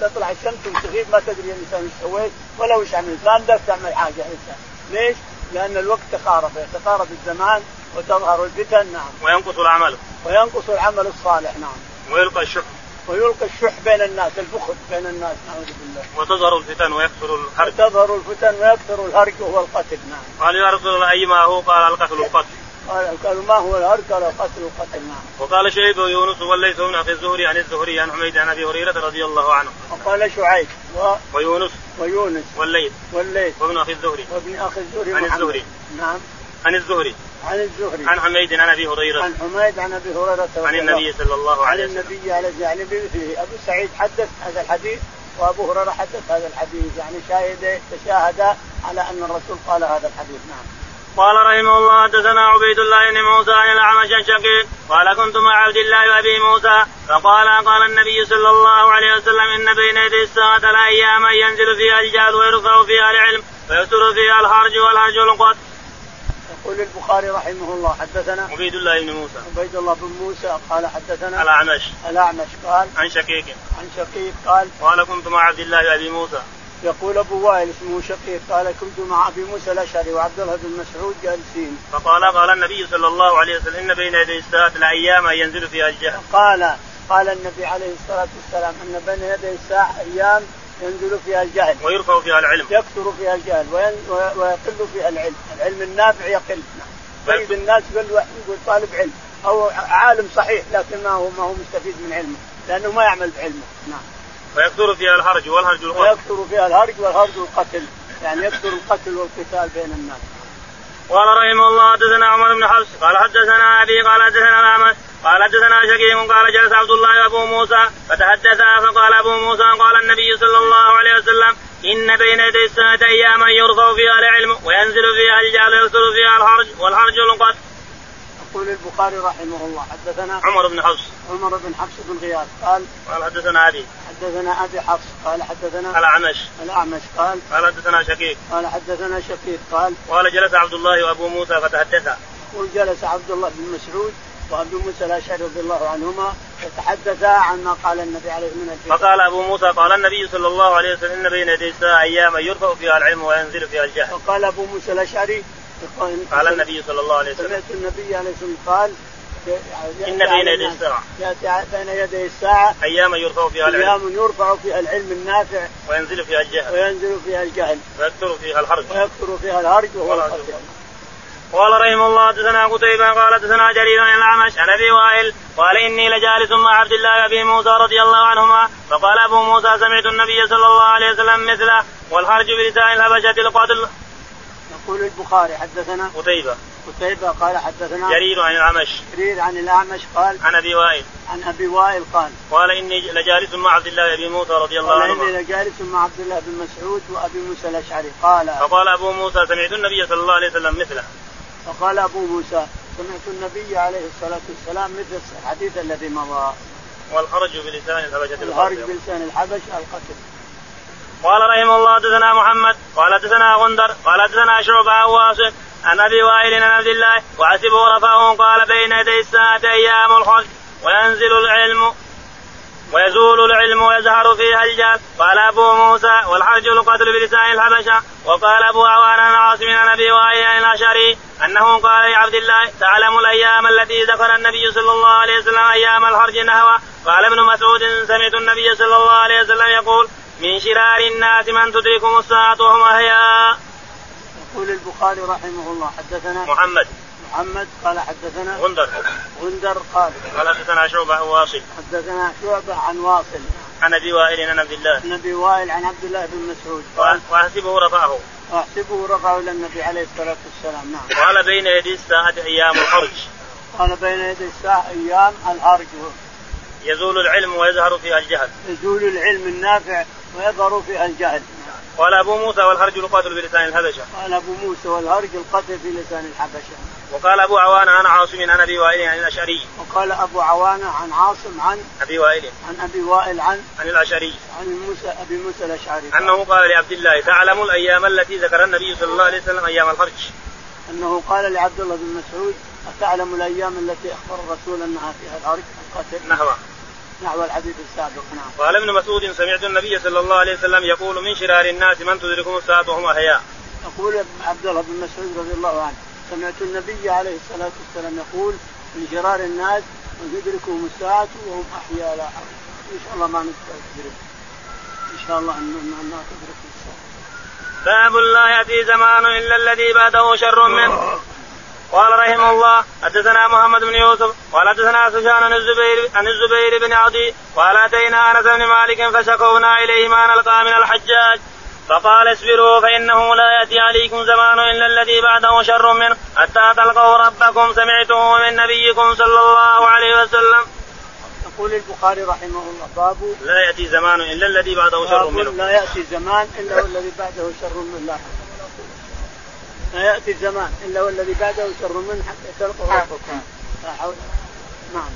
Speaker 2: تطلع الشمس وتغيب ما تدري الانسان ايش سويت ولا وش عملت ما بدك تعمل حاجه الانسان ليش؟ لان الوقت تقارب يتقارب الزمان وتظهر الفتن نعم
Speaker 1: وينقص العمل
Speaker 2: وينقص العمل الصالح نعم
Speaker 1: ويلقى الشح
Speaker 2: ويلقي الشح بين الناس البخل بين الناس نعوذ بالله
Speaker 1: وتظهر الفتن ويكثر الحرج
Speaker 2: تظهر الفتن ويكثر الهرج وهو القتل نعم
Speaker 1: قال يا رسول الله أي ما هو قال القتل القتل
Speaker 2: قال- قالوا ما هو الهرج قال القتل القتل نعم
Speaker 1: وقال شيبة يونس وليس من أخي الزهري عن الزهري عن حميد عن أبي هريرة رضي الله عنه
Speaker 2: وقال شعيب و...
Speaker 1: ويونس
Speaker 2: ويونس
Speaker 1: والليث
Speaker 2: والليث
Speaker 1: وابن أخي الزهري
Speaker 2: وابن اخي الزهري
Speaker 1: عن
Speaker 2: محمد.
Speaker 1: الزهري.
Speaker 2: نعم
Speaker 1: عن الزهري
Speaker 2: عن الزهري
Speaker 1: عن حميد عن أبي هريرة
Speaker 2: نعم. عن حميد عن ابي هريره
Speaker 1: عن
Speaker 2: رضي
Speaker 1: النبي
Speaker 2: الله-
Speaker 1: صلى الله
Speaker 2: عن
Speaker 1: عليه وسلم
Speaker 2: النبي عليه يعني بمثله ابو سعيد حدث هذا الحديث وابو هريره حدث هذا الحديث يعني شاهد تشاهدا على ان الرسول قال هذا الحديث نعم
Speaker 1: قال رحمه الله حدثنا عبيد الله بن موسى عن الاعمش عن شقيق قال كنت مع عبد الله وابي موسى فقال قال النبي صلى الله عليه وسلم ان بين يدي الساعه الايام ينزل فيها الجهل ويرفع فيها العلم ويسر فيها الحرج والهرج والقتل.
Speaker 2: يقول البخاري رحمه الله حدثنا
Speaker 1: عبيد الله بن موسى
Speaker 2: عبيد الله بن موسى قال حدثنا
Speaker 1: الاعمش
Speaker 2: الاعمش قال
Speaker 1: عن شقيق
Speaker 2: عن شقيق قال
Speaker 1: قال كنت مع عبد الله وابي موسى
Speaker 2: يقول ابو وائل اسمه شقيق قال كنت مع ابي موسى الاشعري وعبد الله بن مسعود جالسين
Speaker 1: فقال قال النبي صلى الله عليه وسلم ان بين يدي الساعه الايام ينزل فيها الجهل
Speaker 2: قال قال النبي عليه الصلاه والسلام ان بين يدي الساعه ايام ينزل فيها الجهل
Speaker 1: ويرفع فيها العلم
Speaker 2: يكثر فيها الجهل وين- و- ويقل فيها العلم، العلم النافع يقل، طيب الناس يقول يقول طالب علم او عالم صحيح لكن ما هو ما هو مستفيد من علمه، لانه ما يعمل بعلمه، نعم،
Speaker 1: ويكثر فيها الحرج والهرج والقتل.
Speaker 2: ويكثر فيها الهرج والهرج والقتل، يعني يكثر القتل والقتال بين الناس.
Speaker 1: قال رحمه الله حدثنا عمر بن حفص قال حدثنا ابي قال حدثنا الاعمش قال حدثنا شقيق قال جلس عبد الله وابو موسى فتحدثا فقال ابو موسى قال النبي صلى الله عليه وسلم ان بين يدي الساعه اياما يرفع فيها العلم وينزل فيها الجهل ويكثر فيها الحرج والحرج والقتل.
Speaker 2: يقول البخاري رحمه الله حدثنا
Speaker 1: عمر بن حفص
Speaker 2: عمر بن حفص بن غياث قال
Speaker 1: قال حدثنا ابي
Speaker 2: حدثنا ابي حفص قال حدثنا
Speaker 1: الاعمش
Speaker 2: الاعمش قال
Speaker 1: قال حدثنا شقيق
Speaker 2: قال حدثنا شقيق قال
Speaker 1: قال جلس عبد الله وابو موسى فتحدثا
Speaker 2: وجلس عبد الله بن مسعود وابو موسى الاشعري رضي الله عنهما يتحدثا عن ما قال النبي عليه من الجهاد
Speaker 1: فقال ابو موسى قال النبي صلى الله عليه وسلم ان بين يدي الساعه اياما يرفع فيها العلم وينزل فيها الجهل.
Speaker 2: فقال ابو موسى الاشعري يقول-
Speaker 1: قال النبي صلى الله عليه وسلم
Speaker 2: سمعت النبي عليه الصلاه والسلام قال يأتي
Speaker 1: إن بين
Speaker 2: على
Speaker 1: يدي
Speaker 2: الناس-
Speaker 1: الساعة.
Speaker 2: ياتي ع- بين يدي الساعه
Speaker 1: ايام يرفع فيها العلم
Speaker 2: ايام يرفع فيها العلم النافع
Speaker 1: وينزل فيها الجهل
Speaker 2: وينزل فيها الجهل
Speaker 1: ويكثر فيها الحرج
Speaker 2: ويكثر فيها الهرج وهو
Speaker 1: ولا
Speaker 2: القتل
Speaker 1: تفرق. قال رحمه الله حدثنا قتيبة قال حدثنا جرير عن الأعمش عن أبي وائل قال إني لجالس مع عبد الله وأبي موسى رضي الله عنهما فقال أبو موسى سمعت النبي صلى الله عليه وسلم مثله والحرج بلسان الهبشة القاتل
Speaker 2: يقول البخاري حدثنا
Speaker 1: قتيبة
Speaker 2: قتيبة قال حدثنا
Speaker 1: جرير عن الأعمش
Speaker 2: جرير عن الأعمش قال
Speaker 1: عن أبي وائل
Speaker 2: عن أبي وائل قال
Speaker 1: قال إني لجالس مع عبد الله وأبي موسى رضي الله
Speaker 2: قال إني
Speaker 1: عنهما
Speaker 2: لجالس مع عبد الله بن مسعود وأبي موسى الأشعري قال
Speaker 1: فقال أبو موسى سمعت النبي صلى الله عليه وسلم مثله
Speaker 2: فقال أبو موسى سمعت النبي عليه الصلاة والسلام مثل الحديث الذي مضى
Speaker 1: والحرج بلسان الهبشة
Speaker 2: الهرج
Speaker 1: القاتل
Speaker 2: بلسان الحبش القتل
Speaker 1: قال رحمه الله حدثنا محمد قال حدثنا غندر قال حدثنا شعبة عن واصف عن ابي وائل عن عبد الله وحسبه رفعه قال بين يدي الساعة ايام الحج وينزل العلم ويزول العلم ويزهر فيها الجهل قال ابو موسى والحرج القتل بلسان الحبشه وقال ابو عوان عن عاصم عن ابي وائل عن الاشعري انه قال لعبد الله تعلم الايام التي ذكر النبي صلى الله عليه وسلم ايام الحرج نهوى قال ابن مسعود سمعت النبي صلى الله عليه وسلم يقول من شرار الناس من تدركهم الساعه وهم احياء
Speaker 2: يقول البخاري رحمه الله حدثنا
Speaker 1: محمد
Speaker 2: محمد قال حدثنا
Speaker 1: غندر
Speaker 2: غندر قال
Speaker 1: قال حدثنا شعبه واصل
Speaker 2: حدثنا شعبة عن واصل
Speaker 1: عن ابي وائل عن عبد الله
Speaker 2: عن ابي وائل عن عبد الله بن مسعود قال
Speaker 1: واحسبه رفعه
Speaker 2: احسبه رفعه الى النبي عليه الصلاه والسلام نعم
Speaker 1: قال بين يدي الساعه ايام الحرج
Speaker 2: قال بين يدي الساعه ايام الهرج
Speaker 1: يزول العلم ويزهر فيها الجهل
Speaker 2: نزول العلم النافع ويظهر فيها الجهل
Speaker 1: قال ابو موسى والهرج يقاتل بلسان الهبشه
Speaker 2: قال ابو موسى والهرج القتل في لسان الحبشه
Speaker 1: وقال ابو عوان عن عاصم عن ابي وائل عن الاشعري
Speaker 2: وقال ابو عوانه عن عاصم عن
Speaker 1: ابي وائل
Speaker 2: عن ابي وائل عن
Speaker 1: عن الاشعري
Speaker 2: عن موسى ابي موسى الاشعري
Speaker 1: انه قال لعبد الله تعلم الايام التي ذكر النبي صلى الله عليه وسلم ايام الخرج
Speaker 2: انه قال لعبد الله بن مسعود اتعلم الايام التي اخبر الرسول انها فيها الهرج القتل
Speaker 1: نحو
Speaker 2: نحو الحديث السابق نعم
Speaker 1: قال ابن مسعود سمعت النبي صلى الله عليه وسلم يقول من شرار الناس من تدركهم الساعه وهم احياء
Speaker 2: يقول عبد الله بن مسعود رضي الله عنه سمعت النبي عليه الصلاه والسلام يقول من شرار الناس وتدركهم الساعة وهم أحياء لا حول إن شاء الله ما نستدرك إن شاء الله أن أن ما تدرك الساعة
Speaker 1: باب لا يأتي زمان إلا الذي بعده شر منه قال رحمه الله حدثنا محمد بن يوسف قال حدثنا سفيان عن الزبير عن الزبير بن عدي قال اتينا انس بن مالك فشكونا اليه ما نلقى من الحجاج فقال اصبروا فانه لا ياتي عليكم زمان الا الذي بعده شر منه حتى تلقوا ربكم سمعته من نبيكم صلى الله عليه وسلم.
Speaker 2: يقول البخاري رحمه الله باب
Speaker 1: لا ياتي زمان الا الذي بعده شر
Speaker 2: باب
Speaker 1: منه.
Speaker 2: لا ياتي زمان الا والذي بعده شر منه لا لا ياتي زمان الا والذي بعده شر منه حتى تلقوا ربكم لا حول نعم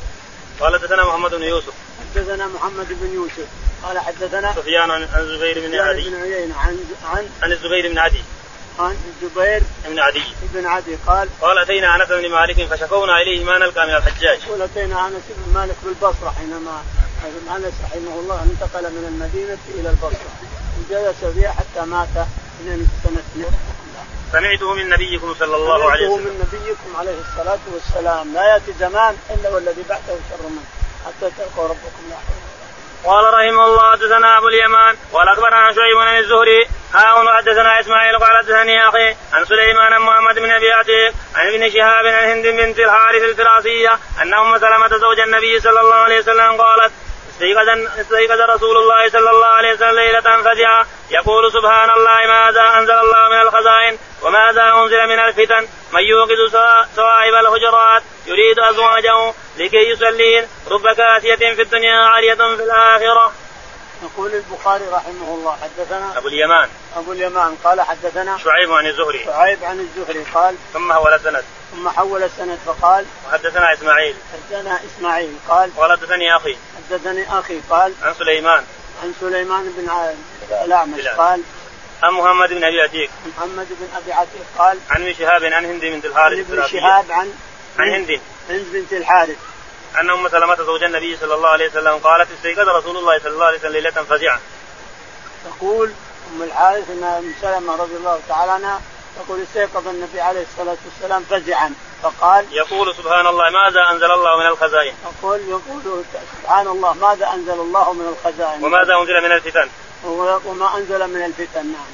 Speaker 1: قال حدثنا محمد بن يوسف
Speaker 2: حدثنا محمد بن يوسف قال حدثنا
Speaker 1: سفيان عن عن الزبير بن
Speaker 2: سفيان
Speaker 1: عدي
Speaker 2: بن عيينة عن عن
Speaker 1: عن الزبير بن عدي
Speaker 2: عن الزبير
Speaker 1: بن عدي
Speaker 2: بن عدي قال
Speaker 1: قال اتينا انس بن مالك فشكونا اليه ما نلقى من الحجاج.
Speaker 2: ولقينا انس بن مالك بالبصره حينما انس رحمه الله انتقل من المدينه الى البصره وجلس فيها حتى مات من سنه 200.
Speaker 1: سمعته من نبيكم صلى الله عليه
Speaker 2: سمعته
Speaker 1: وسلم.
Speaker 2: من نبيكم عليه الصلاة والسلام لا يأتي زمان إلا والذي بعده شر منه حتى تلقوا ربكم لا حول ولا
Speaker 1: قال رحمه الله حدثنا ابو اليمان قال اخبرنا شعيب عن الزهري هاون حدثنا اسماعيل قال حدثني اخي عن سليمان بن محمد بن ابي عتيق عن ابن شهاب عن هند بنت الحارث الفراسيه ان ام سلمه زوج النبي صلى الله عليه وسلم قالت استيقظ استيقظ رسول الله صلى الله عليه وسلم ليله فزعا يقول سبحان الله ماذا انزل الله من الخزائن وماذا انزل من الفتن من يوقظ سوا- صواعب الحجرات يريد ازواجه لكي يصلين رب كاسيه في الدنيا عاريه في الاخره
Speaker 2: قوة. يقول البخاري رحمه الله حدثنا
Speaker 1: أبو اليمان
Speaker 2: أبو اليمان قال حدثنا
Speaker 1: شعيب عن الزهري
Speaker 2: شعيب عن الزهري قال
Speaker 1: ثم هو سند
Speaker 2: ثم حول السند فقال
Speaker 1: وحدثنا إسماعيل
Speaker 2: حدثنا إسماعيل قال
Speaker 1: قال حدثني أخي
Speaker 2: حدثني أخي قال
Speaker 1: عن سليمان
Speaker 2: عن سليمان بن ع- الأعمش قال
Speaker 1: عن محمد بن أبي عتيق
Speaker 2: محمد بن أبي عتيق قال
Speaker 1: عن ابن شهاب عن هند بنت
Speaker 2: عن
Speaker 1: الحارث
Speaker 2: ابن
Speaker 1: الثلاثية.
Speaker 2: شهاب عن
Speaker 1: عن هند
Speaker 2: هند بنت الحارث
Speaker 1: أن أم سلمة زوج النبي صلى الله عليه وسلم قالت استيقظ رسول الله صلى الله عليه وسلم ليلة فزعا
Speaker 2: تقول ام الحارث ان ام سلمه رضي الله تعالى عنها تقول استيقظ النبي عليه الصلاه والسلام فزعا فقال
Speaker 1: يقول سبحان الله ماذا أنزل الله من الخزائن
Speaker 2: يقول يقول سبحان الله ماذا انزل الله من الخزائن
Speaker 1: وماذا أنزل من الفتن
Speaker 2: وما- وما انزل من الفتن نعم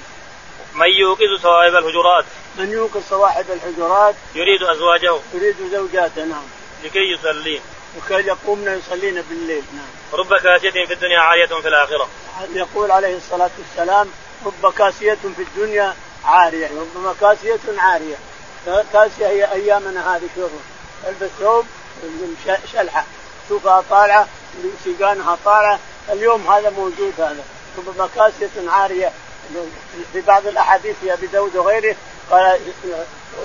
Speaker 1: من يوقظ صواعب الحجرات
Speaker 2: من يوقظ صواحب الحجرات
Speaker 1: يريد أزواجه
Speaker 2: يريد زوجاته نعم
Speaker 1: لكي يصلين
Speaker 2: وكي يقومن يصلين بالليل نعم
Speaker 1: رب كاسية في الدنيا عارية في الآخرة
Speaker 2: يقول عليه الصلاه والسلام رب كاسيه في الدنيا عاريه ربما كاسيه عاريه كاسيه هي ايامنا هذه شغل البس ثوب ش- شلحه شوفها طالعه سيقانها طالعه اليوم هذا موجود هذا ربما كاسيه عاريه في بعض الاحاديث في ابي داود وغيره قال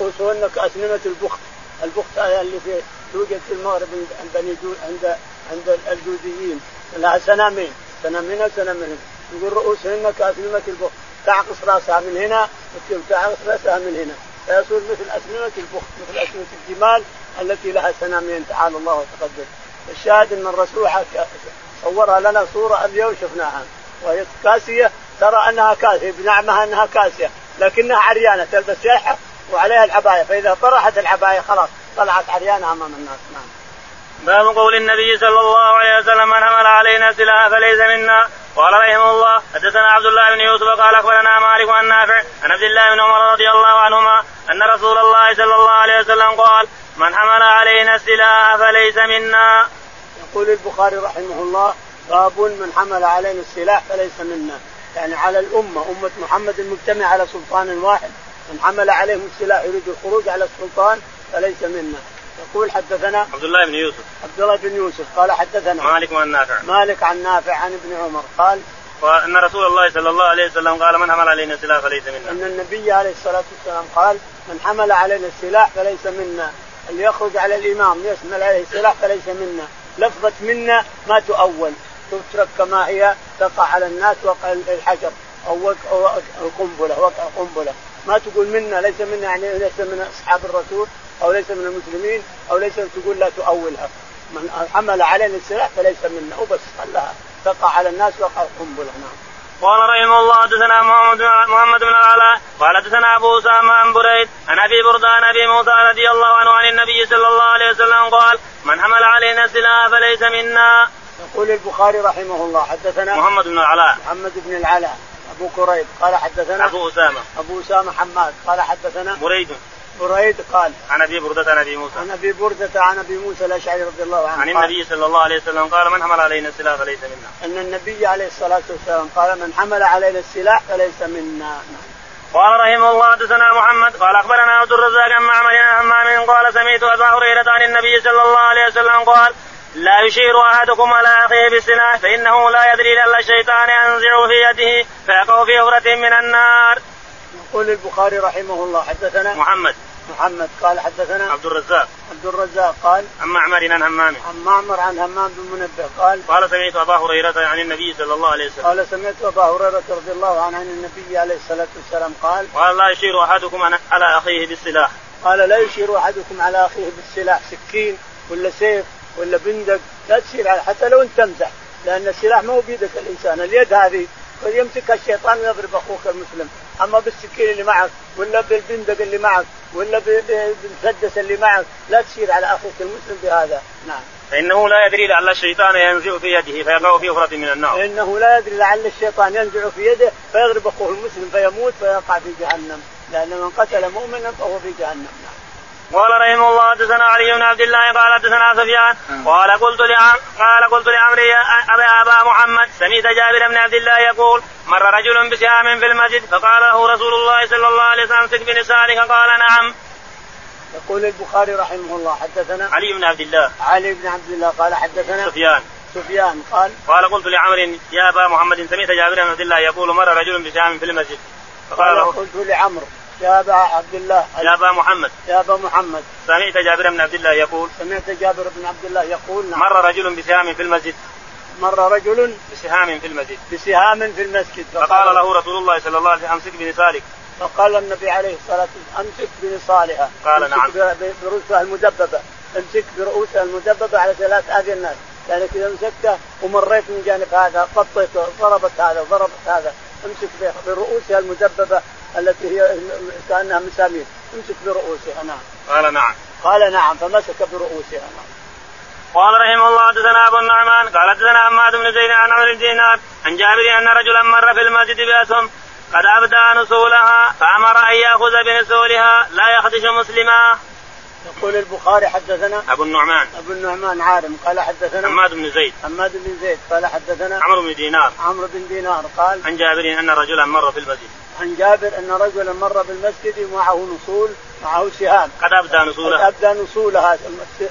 Speaker 2: رؤوسهن كاسنمه البخت البخت اللي في توجد في المغرب عند بني جو- عند عند الجوديين لها سنامين سنامين سنامين يقول رؤوسهن كاسنمه البخت تعقص راسها من هنا وتعقص راسها من هنا فيصير مثل اسنمه البخت مثل اسنمه الجمال التي لها سنامين تعالى الله وتقدم الشاهد ان الرسول حك- صورها لنا صوره اليوم شفناها وهي كاسيه ترى انها كاسيه بنعمها انها كاسيه لكنها عريانه تلبس شيحه وعليها العبايه فاذا طرحت العبايه خلاص طلعت عريانه امام الناس نعم
Speaker 1: باب قول النبي صلى الله عليه وسلم من حمل علينا سلاحا فليس منا قال رحمه الله حدثنا عبد الله بن يوسف قال اخبرنا مالك عن نافع عن عبد الله بن عمر رضي الله عنهما ان رسول الله صلى الله عليه وسلم قال من حمل علينا السلاح فليس منا
Speaker 2: يقول البخاري رحمه الله باب من حمل علينا السلاح فليس منا يعني على الأمة أمة محمد المجتمع على سلطان واحد من حمل عليهم السلاح يريد الخروج على السلطان فليس منا يقول حدثنا
Speaker 1: عبد الله بن يوسف
Speaker 2: عبد الله بن يوسف قال حدثنا
Speaker 1: مالك عن نافع
Speaker 2: مالك عن نافع عن ابن عمر قال
Speaker 1: وان رسول الله صلى الله عليه وسلم قال من حمل علينا السلاح فليس منا
Speaker 2: ان النبي عليه الصلاه والسلام قال من حمل علينا السلاح فليس منا اللي يخرج على الامام يحمل عليه السلاح فليس منا لفظه منا ما تؤول تترك كما هي تقع على الناس وقع الحجر او وقع أو القنبله وقع القنبله ما تقول منا ليس منا يعني ليس من اصحاب الرسول او ليس من المسلمين او ليس تقول لا تؤولها من حمل علينا السلاح فليس منا وبس خلاها تقع على الناس وقع القنبله نعم
Speaker 1: قال رحمه الله حدثنا محمد محمد بن العلاء قال حدثنا ابو اسامه عن بريد عن ابي برده عن ابي موسى رضي الله عنه عن النبي صلى الله عليه وسلم قال من حمل علينا السلاح فليس منا.
Speaker 2: يقول البخاري رحمه الله حدثنا
Speaker 1: محمد بن العلاء
Speaker 2: محمد بن العلاء ابو كريب قال حدثنا
Speaker 1: ابو اسامه
Speaker 2: ابو اسامه حماد قال حدثنا
Speaker 1: بريد
Speaker 2: بريد قال
Speaker 1: عن ابي برده عن ابي موسى
Speaker 2: عن ابي برده عن ابي موسى الاشعري رضي الله عنه
Speaker 1: عن
Speaker 2: قال
Speaker 1: النبي صلى الله عليه وسلم قال من حمل علينا السلاح فليس منا.
Speaker 2: ان النبي عليه الصلاه والسلام قال من حمل علينا السلاح فليس منا
Speaker 1: قال رحمه الله حدثنا محمد قال اخبرنا عبد الرزاق عن معمر عن همام قال سمعت ابا هريره عن النبي صلى الله عليه وسلم قال لا يشير احدكم على اخيه بالسلاح فانه لا يدري لعل الشيطان ينزع في يده فيقع في هره من النار.
Speaker 2: يقول البخاري رحمه الله حدثنا
Speaker 1: محمد
Speaker 2: محمد قال حدثنا
Speaker 1: عبد الرزاق
Speaker 2: عبد الرزاق قال
Speaker 1: عن معمر عن همام
Speaker 2: عن معمر عن همام بن منبه قال
Speaker 1: قال سمعت ابا هريره عن النبي صلى الله عليه وسلم
Speaker 2: قال سمعت ابا هريره رضي الله عنه عن النبي عليه الصلاه والسلام قال
Speaker 1: قال لا يشير احدكم على اخيه بالسلاح
Speaker 2: قال لا يشير احدكم على اخيه بالسلاح سكين ولا سيف ولا بندق لا تشير على حتى لو انت تمزح لان السلاح ما هو بيدك الانسان اليد هذه قد يمسكها الشيطان ويضرب اخوك المسلم اما بالسكين اللي معك ولا بالبندق اللي معك ولا ب- ب- بالمسدس اللي معك لا تشير على اخيك المسلم بهذا نعم
Speaker 1: فانه لا يدري لعل الشيطان ينزع في يده فيقع في هره من النار.
Speaker 2: فانه لا يدري لعل الشيطان ينزع في يده فيضرب اخوه المسلم فيموت فيقع في جهنم لان من قتل مؤمنا فهو في جهنم نعم.
Speaker 1: قال رحمه الله حدثنا علي بن عبد الله قال حدثنا سفيان قال قلت لعم قال قلت لعمري يا ابا ابا محمد سمعت جابر بن عبد الله يقول مر رجل بسهام في المسجد فقال له رسول الله صلى الله عليه وسلم سك بنسانك قال نعم
Speaker 2: يقول البخاري رحمه الله حدثنا
Speaker 1: علي بن عبد الله
Speaker 2: علي بن عبد الله قال حدثنا
Speaker 1: سفيان
Speaker 2: سفيان قال
Speaker 1: قال قلت لعمر يا ابا محمد سمعت جابر بن عبد الله يقول مر رجل بسهام في المسجد فقال
Speaker 2: قال
Speaker 1: له
Speaker 2: قلت لعمرو يا ابا عبد الله
Speaker 1: يا ابا محمد
Speaker 2: يا ابا محمد
Speaker 1: سمعت جابر بن عبد الله يقول
Speaker 2: سمعت جابر بن عبد الله يقول نعم
Speaker 1: مر رجل بسهام في المسجد
Speaker 2: مر رجل
Speaker 1: بسهام في المسجد
Speaker 2: بسهام في المسجد
Speaker 1: فقال له رسول الله صلى الله عليه وسلم امسك بنسالك
Speaker 2: فقال النبي عليه الصلاه والسلام امسك بنصالها
Speaker 1: قال
Speaker 2: امسك
Speaker 1: نعم.
Speaker 2: بر- ب- برؤوسها المدببه امسك برؤوسها المدببه على ثلاث اذى الناس لانك اذا مسكته ومريت من جانب هذا غطيته ضربت هذا وضربت هذا امسك ب- برؤوسها المدببه التي هي كانها مسامير امسك برؤوسها نعم
Speaker 1: قال نعم
Speaker 2: قال نعم فمسك برؤوسها نعم
Speaker 1: قال رحمه الله حدثنا ابو النعمان قال حدثنا حماد بن زيد عن عمرو بن دينار عن جابر ان رجلا مر في المسجد باسهم قد ابدى نسولها فامر ان ياخذ بنسولها لا يخدش مسلما
Speaker 2: يقول البخاري حدثنا
Speaker 1: ابو النعمان
Speaker 2: ابو النعمان عارم قال حدثنا
Speaker 1: حماد بن زيد
Speaker 2: حماد بن زيد قال حدثنا
Speaker 1: عمرو بن دينار
Speaker 2: عمرو بن دينار قال
Speaker 1: عن جابر ان رجلا مر في المسجد
Speaker 2: عن جابر ان رجلا مر بالمسجد ومعه نصول معه سهام
Speaker 1: قد ابدى
Speaker 2: قد
Speaker 1: نسولها
Speaker 2: ابدى نصولها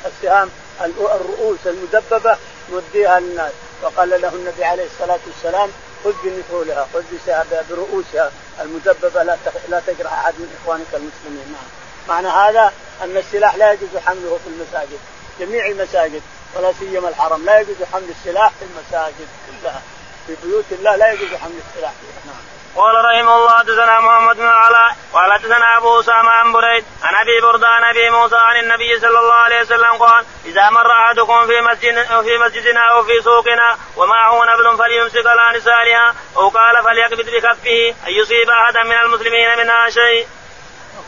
Speaker 2: السهام الرؤوس المدببه موديها للناس فقال له النبي عليه الصلاه والسلام خذ بنصولها خذ بسها- برؤوسها المدببه لا تخ- لا تجرح احد من اخوانك المسلمين نعم معنى هذا ان السلاح لا يجوز حمله في المساجد جميع المساجد ولا سيما الحرم لا يجوز حمل السلاح في المساجد كلها في بيوت الله لا يجوز حمل السلاح فيها نعم
Speaker 1: قال رحمه الله حدثنا محمد بن العلاء قال حدثنا ابو اسامه عن بريد عن ابي برده عن ابي موسى عن النبي صلى الله عليه وسلم قال اذا مر احدكم في مسجد في مسجدنا او في سوقنا ومعه نبل فليمسك على نسالها او قال فليقبض بكفه ان يصيب احدا من المسلمين منها شيء.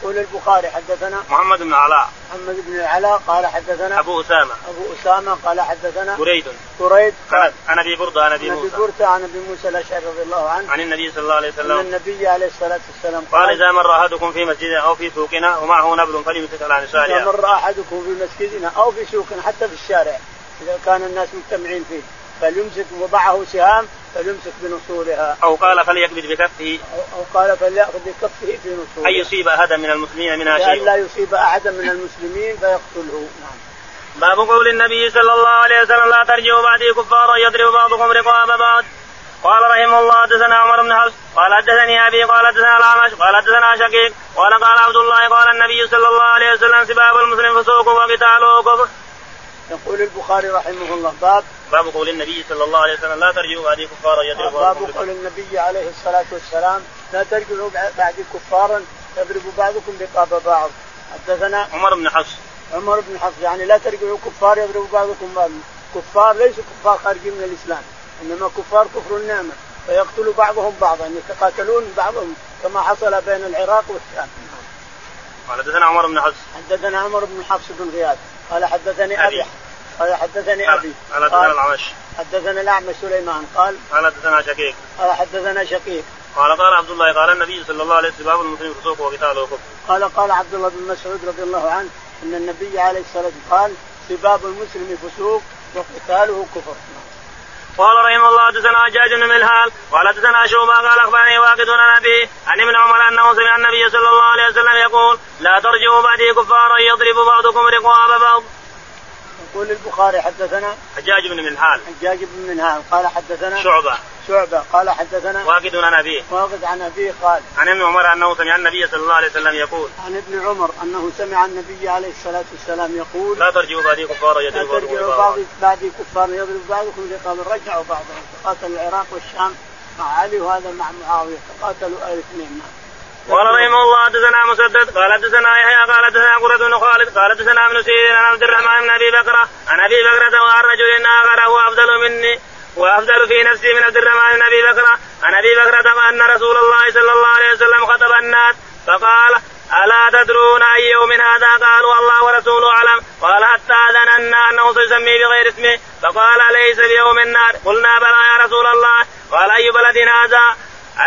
Speaker 2: يقول البخاري حدثنا
Speaker 1: محمد بن العلاء
Speaker 2: محمد بن العلاء قال حدثنا
Speaker 1: ابو اسامه
Speaker 2: ابو اسامه قال حدثنا
Speaker 1: بريد
Speaker 2: كريب
Speaker 1: قال عن ابي برده عن ابي
Speaker 2: عن ابي
Speaker 1: موسى
Speaker 2: برده عن ابي موسى الاشعري رضي الله عنه
Speaker 1: عن النبي صلى الله عليه
Speaker 2: ان
Speaker 1: وسلم
Speaker 2: النبي عليه الصلاه والسلام
Speaker 1: قال اذا مر احدكم في مسجدنا او في سوقنا ومعه نبل فليمسك على
Speaker 2: اذا
Speaker 1: نسالها.
Speaker 2: مر احدكم في مسجدنا او في سوق حتى في الشارع اذا كان الناس مجتمعين فيه فليمسك ومعه سهام فليمسك بنصولها
Speaker 1: او قال فليقبض بكفه
Speaker 2: او أو قال فليأخذ بكفه في نصولها
Speaker 1: أن يصيب أيوة. أحدا من المسلمين منها
Speaker 2: لئلا
Speaker 1: شيء
Speaker 2: يصيب احدا من المسلمين فيقتله نعم
Speaker 1: باب قول النبي صلى الله عليه وسلم لا ترجعوا بعدي كفارا يضرب بعضكم رقاب بعض قال رحمه الله حدثنا عمر بن حفص قال حدثني ابي قال حدثنا الاعمش قال حدثنا شقيق قال قال عبد الله قال النبي صلى الله عليه وسلم سباب المسلم فسوق وقتاله كفر
Speaker 2: يقول البخاري رحمه الله باب
Speaker 1: باب قول النبي صلى الله عليه وسلم لا ترجعوا بعدي كفارا يضرب بعضكم
Speaker 2: باب
Speaker 1: رقاب
Speaker 2: قول النبي عليه الصلاة والسلام لا ترجعوا بعد كفارا يضرب بعضكم رقاب بعض حدثنا
Speaker 1: عمر بن حفص
Speaker 2: عمر بن حفص يعني لا ترجعوا كفار يضرب بعضكم بعضا كفار ليسوا كفار خارجين من الإسلام إنما كفار كفر النعمة فيقتل بعضهم بعضا يتقاتلون بعضهم كما حصل بين العراق والشام
Speaker 1: قال حدثنا عمر بن حفص
Speaker 2: حدثنا عمر بن حفص بن غياث قال حدثني ابي
Speaker 1: أبي.
Speaker 2: قال حدثني ابي
Speaker 1: قال حدثنا
Speaker 2: يعني قال
Speaker 1: العمش
Speaker 2: حدثنا الاعمى سليمان قال
Speaker 1: قال حدثنا شقيق
Speaker 2: قال حدثنا شقيق
Speaker 1: قال قال عبد الله قال النبي صلى الله عليه وسلم باب المسلم فسوق وقتاله كفر
Speaker 2: قال قال عبد الله بن مسعود رضي الله عنه ان النبي عليه الصلاه والسلام قال سباب المسلم فسوق وقتاله كفر
Speaker 1: قال رحمه الله حدثنا حجاج بن ملهال قال حدثنا شوبه قال اخبرني واقد عن ابي عن ابن عمر انه سمع النبي صلى الله عليه وسلم يقول لا ترجعوا بعدي كفارا يضرب بعضكم رقاب بعض
Speaker 2: يقول البخاري حدثنا
Speaker 1: حجاج بن ملهال
Speaker 2: حجاج بن منهال قال حدثنا
Speaker 1: شعبه
Speaker 2: شعبه قال حدثنا
Speaker 1: واقد عن ابيه
Speaker 2: واخذ عن ابيه قال
Speaker 1: عن ابن عمر انه سمع النبي صلى الله عليه وسلم يقول
Speaker 2: عن ابن عمر انه سمع النبي عليه الصلاه والسلام يقول
Speaker 1: لا ترجعوا بعدي كفارا
Speaker 2: لا
Speaker 1: يضرب بعضكم
Speaker 2: ترجعوا
Speaker 1: رقاب
Speaker 2: بعض
Speaker 1: بعض
Speaker 2: بعد كفار يضرب بعضكم رقابا رجعوا بعضهم تقاتل العراق والشام مع علي وهذا مع معاويه تقاتلوا الاثنين
Speaker 1: قال رحمه الله حدثنا مسدد قال حدثنا يحيى قال حدثنا قرة بن خالد قال حدثنا ابن سيرين عن عبد الرحمن بن ابي بكرة عن ابي بكرة وعن رجل اخر هو افضل مني وافضل في نفسي من عبد الرحمن بن ابي بكرة عن ابي بكرة ان رسول الله صلى الله عليه وسلم خطب الناس فقال الا تدرون اي يوم هذا قالوا الله ورسوله اعلم قال حتى ظننا انه سيسمي بغير اسمه فقال اليس بيوم النار قلنا بلى يا رسول الله قال اي بلد هذا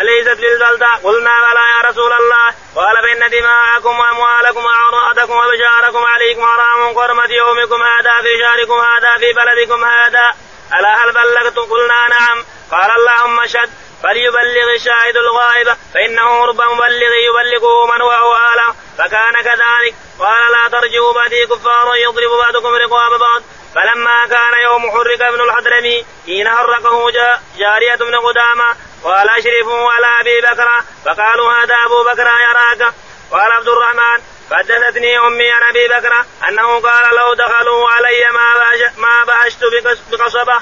Speaker 1: أليست بالبلدة قلنا بلى يا رسول الله قال فإن دماءكم وأموالكم وأعراضكم وبشاركم عليكم حرام كرمة يومكم هذا في شهركم هذا في بلدكم هذا ألا هل بلغتم قلنا نعم قال اللهم اشهد فليبلغ الشاهد الغائب فإنه رب مبلغ يبلغه من هو أعلم فكان كذلك قال لا ترجعوا بعدي كفارا يضرب بعضكم رقاب بعض فلما كان يوم حرك ابن الحضرمي حين حركه جا- جارية بن قدامة قال اشرفوا على ابي بكر فقالوا هذا ابو بكر يراك قال عبد الرحمن حدثتني امي عن ابي بكر انه قال لو دخلوا علي ما بهش- ما بهشت بقص- بقصبه.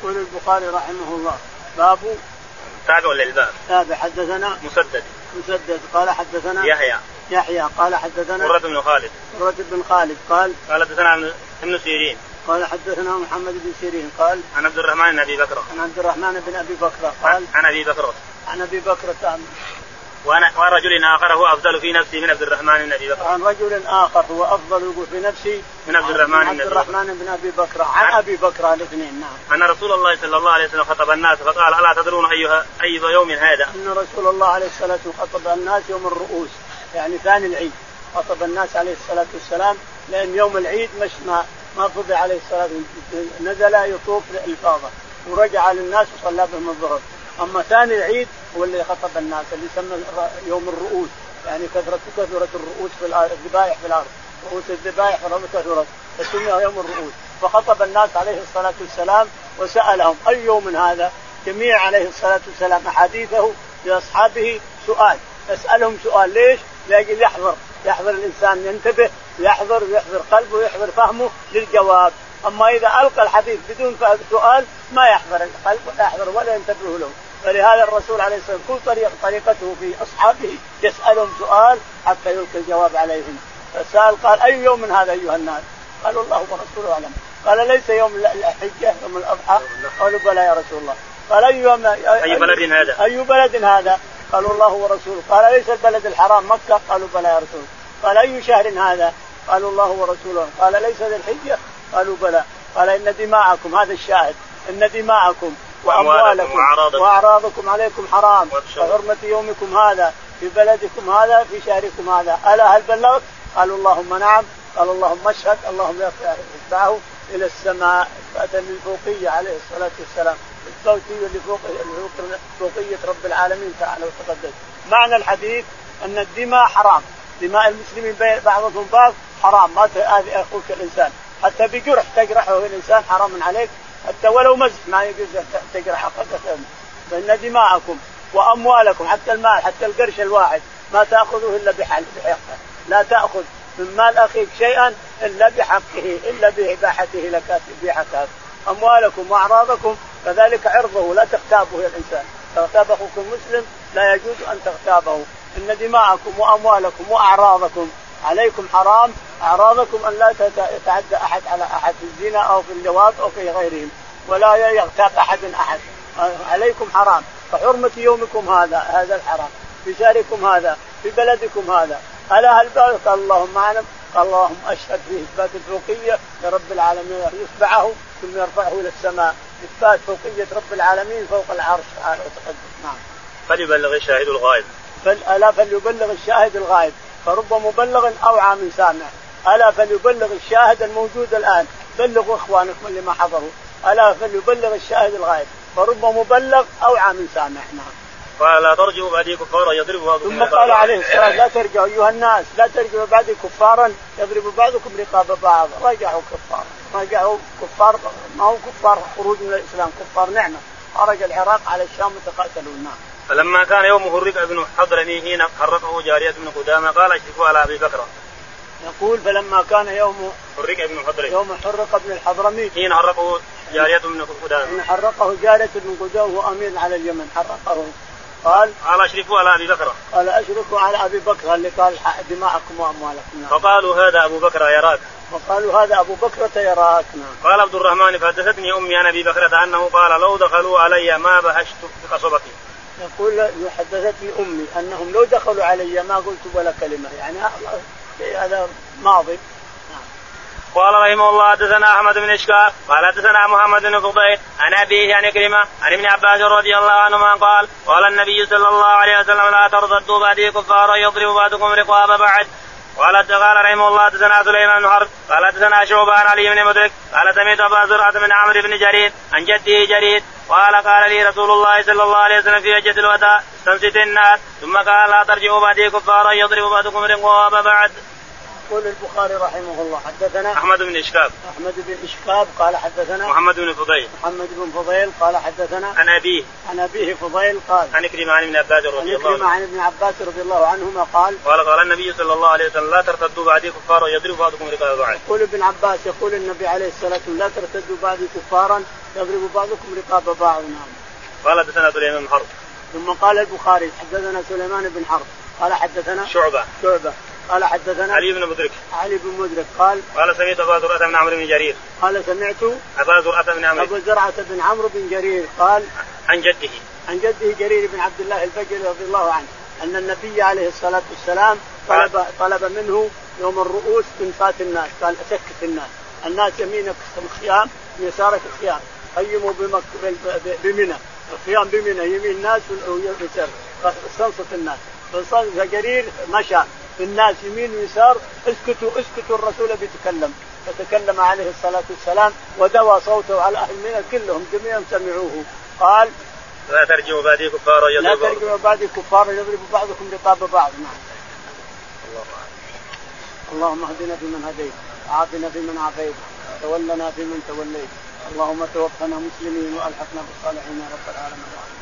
Speaker 2: يقول البخاري رحمه الله باب
Speaker 1: تابع للباب
Speaker 2: تابع حدثنا
Speaker 1: مسدد
Speaker 2: مسدد قال حدثنا
Speaker 1: يحيى
Speaker 2: يحيى قال حدثنا
Speaker 1: مرة بن خالد
Speaker 2: مرة بن خالد قال
Speaker 1: قال حدثنا ابن سيرين
Speaker 2: قال حدثنا محمد بن سيرين قال
Speaker 1: عن عبد الرحمن بن ابي بكر
Speaker 2: عن عبد الرحمن بن ابي بكر قال
Speaker 1: عن ابي بكر
Speaker 2: عن ابي بكر
Speaker 1: وانا ورجل اخر هو افضل في نفسي من عبد الرحمن بن ابي بكر
Speaker 2: عن رجل اخر هو افضل يقول في نفسي
Speaker 1: من عبد الرحمن
Speaker 2: عن
Speaker 1: بن
Speaker 2: عبد
Speaker 1: أبي
Speaker 2: الرحمن بن ابي بكر عن ابي بكر الاثنين نعم
Speaker 1: أن رسول الله صلى الله عليه وسلم خطب الناس فقال ألا تدرون أيها أي يوم هذا
Speaker 2: ان رسول الله عليه الصلاه والسلام خطب الناس يوم الرؤوس يعني ثاني العيد خطب الناس عليه الصلاه والسلام لان يوم العيد مش ما ما فضي عليه الصلاه والسلام. نزل يطوف الافاضه ورجع للناس وصلى بهم الظهر اما ثاني العيد هو اللي خطب الناس اللي يسمى الر- يوم الرؤوس يعني كثرة كثرة الرؤوس في الأرض- الذبائح في الارض رؤوس الذبائح كثرت فسمي يوم الرؤوس فخطب الناس عليه الصلاه والسلام وسالهم اي يوم هذا جميع عليه الصلاة والسلام أحاديثه لأصحابه سؤال يسألهم سؤال ليش؟ لأجل يحضر يحضر الإنسان ينتبه يحضر ويحضر قلبه ويحضر فهمه للجواب أما إذا ألقى الحديث بدون فهم- سؤال ما يحضر القلب ولا يحضر ولا ينتبه له فلهذا الرسول عليه الصلاة والسلام كل طريق طريقته في أصحابه يسألهم سؤال حتى يلقي الجواب عليهم فسأل قال أي يوم من هذا أيها الناس؟ قالوا الله ورسوله أعلم قال ليس يوم الحجة يوم الأضحى قالوا بلى يا رسول الله قال أي يوم
Speaker 1: أي بلد هذا
Speaker 2: أي بلد هذا؟ قالوا الله ورسوله، قال ليس البلد الحرام مكة؟ قالوا بلى يا رسول الله. قال أي شهر هذا؟ قالوا الله ورسوله، قال ليس ذي الحجة؟ قالوا بلى، قال إن دماءكم هذا الشاهد، إن دماءكم
Speaker 1: وأموالكم
Speaker 2: وأموالكم
Speaker 1: وأعراضكم.
Speaker 2: وأعراضكم عليكم حرام
Speaker 1: وأبشروا.
Speaker 2: كحرمة يومكم هذا في بلدكم هذا في شهركم هذا، ألا هل بلغت؟ قالوا اللهم نعم، قال اللهم اشهد، اللهم يرفع إتباعه إلى السماء إثباتا للفوقية عليه الصلاة والسلام الصوتية لفوق لفوق- فوقية رب العالمين تعالى وتقدس معنى الحديث أن الدماء حرام دماء المسلمين بين بعضهم بعض حرام ما تؤذي أخوك الإنسان حتى بجرح تجرحه الإنسان حرام عليك حتى ولو مزح ما يجوز ت- تجرح أخوك فإن دماءكم وأموالكم حتى المال حتى القرش الواحد ما تأخذه إلا بحل- بحقه لا تأخذ من مال أخيك شيئا إلا بحقه إلا بإباحته لك إباحتها أموالكم وأعراضكم كذلك عرضه لا تغتابه يا الإنسان تغتاب أخوك المسلم لا يجوز أن تغتابه إن دماءكم وأموالكم وأعراضكم عليكم حرام أعراضكم أن لا تت- يتعدى أحد على أحد في الزنا أو في اللواط أو في غيرهم ولا يغتاب أحد أحد عليكم حرام كحرمة يومكم هذا هذا الحرام في شهركم هذا في بلدكم هذا ألا هل بالك اللهم أعلم قال اللهم أشهد في إثبات الفوقية لرب العالمين يتبعه ثم يرفعه إلى السماء إثبات فوقية رب العالمين فوق العرش تعالى وتقدم نعم
Speaker 1: فليبلغ الشاهد الغائب
Speaker 2: فل- ألا فليبلغ الشاهد الغائب فرب مبلغ أوعى من سامع ألا فليبلغ الشاهد الموجود الآن بلغوا إخوانكم اللي ما حضروا ألا فليبلغ الشاهد الغائب فرب مبلغ أوعى من سامع نعم
Speaker 1: قال لا ترجعوا بعدي كفارا يضرب
Speaker 2: ثم قال عليه الصلاة لا ترجعوا أيها الناس لا ترجعوا بعد كفارا يضرب بعضكم رقاب بعض رجعوا كفار رجعوا كفار ما هو كفار خروج من الإسلام كفار نعمة خرج العراق على الشام وتقاتلوا نعم
Speaker 1: فلما كان يوم هرق ابن حضرمي حين حرقه جارية بن قدامة قال اشركوا على أبي بكر
Speaker 2: يقول فلما كان يوم
Speaker 1: هرق ابن حضرمي
Speaker 2: يوم حرق ابن الحضرمي
Speaker 1: حين حرقه جارية بن قدامة
Speaker 2: ان حرقه جارة بن قدام وهو امير على اليمن حرقه قال
Speaker 1: قال اشركوا على أبي بكر
Speaker 2: قال اشركوا على ابي بكر اللي قال حق دماءكم واموالكم نعم.
Speaker 1: فقالوا هذا أبو بكر يراك
Speaker 2: وقالوا هذا ابو بكرة يراك نعم
Speaker 1: قال عبد الرحمن فحدثتني امي عن ابي بكرة انه قال لو دخلوا علي ما بهشت في قصبتي
Speaker 2: يقول حدثتني امي انهم لو دخلوا علي ما قلت ولا كلمه يعني هذا ماضي نعم.
Speaker 1: قال رحمه الله حدثنا احمد بن اشكال قال حدثنا محمد بن فضيل عن ابيه عن كلمه عن ابن عباس رضي الله عنهما قال قال النبي صلى الله عليه وسلم لا ترتدوا بعدي كفارا يضرب بعضكم رقاب بعد قال قال رحمه الله حدثنا سليمان بن حرب قال حدثنا شعبه عن علي بن مدرك قال سمعت ابا زرعه من عمرو بن جرير عن جده جرير قال قال لي رسول الله صلى الله عليه وسلم في حجه الوداع استنصت الناس ثم قال لا ترجعوا بعدي كفارا يضرب بعضكم رقاب بعد
Speaker 2: يقول البخاري رحمه الله حدثنا
Speaker 1: احمد بن اشكال
Speaker 2: احمد بن اشكاب قال حدثنا
Speaker 1: محمد بن فضيل
Speaker 2: محمد بن فضيل قال حدثنا
Speaker 1: عن ابيه
Speaker 2: عن ابيه فضيل قال
Speaker 1: عن كريم عن ابن عباس
Speaker 2: عن
Speaker 1: رضي الله
Speaker 2: عكرمة
Speaker 1: عنه
Speaker 2: عن ابن عباس رضي الله عنهما قال
Speaker 1: قال قال النبي صلى الله عليه وسلم لا ترتدوا بعدي كفارا يضرب بعضكم رقاب بعض
Speaker 2: يقول ابن عباس يقول النبي عليه الصلاة والسلام لا ترتدوا بعدي كفارا يضرب بعضكم رقاب بعض نعم
Speaker 1: قال حدثنا سليمان بن حرب
Speaker 2: ثم قال البخاري حدثنا سليمان بن حرب قال حدثنا
Speaker 1: شعبه
Speaker 2: شعبة قال حدثنا
Speaker 1: علي بن مدرك
Speaker 2: علي بن مدرك قال
Speaker 1: قال سمعت ابا زرعه بن عمرو بن جرير
Speaker 2: قال سمعت
Speaker 1: ابا زرعه بن عمرو
Speaker 2: ابو زرعة بن عمرو بن جرير قال
Speaker 1: عن جده
Speaker 2: عن جده جرير بن عبد الله البجلي رضي الله عنه ان النبي عليه الصلاه والسلام طلب طلب منه يوم الرؤوس انفات الناس قال سكت الناس الناس يمينك الخيام ويسارك الخيام قيموا بمك... ب- بمنى الخيام بمنى يمين الناس ويسار استنصت الناس فصار- فجرير مشى الناس يمين ويسار اسكتوا اسكتوا الرسول بيتكلم فتكلم عليه الصلاه والسلام ودوى صوته على اهل منى كلهم جميعا سمعوه قال
Speaker 1: لا ترجعوا بعدي كفارا
Speaker 2: لا
Speaker 1: يضرب بعضكم
Speaker 2: ترجعوا بعد الكفار يضرب بعضكم رقاب بعض نعم
Speaker 1: الله أعلم.
Speaker 2: اللهم اهدنا فيمن هديت وعافنا فيمن عافيت وتولنا فيمن توليت اللهم توفنا مسلمين والحقنا بالصالحين يا رب العالمين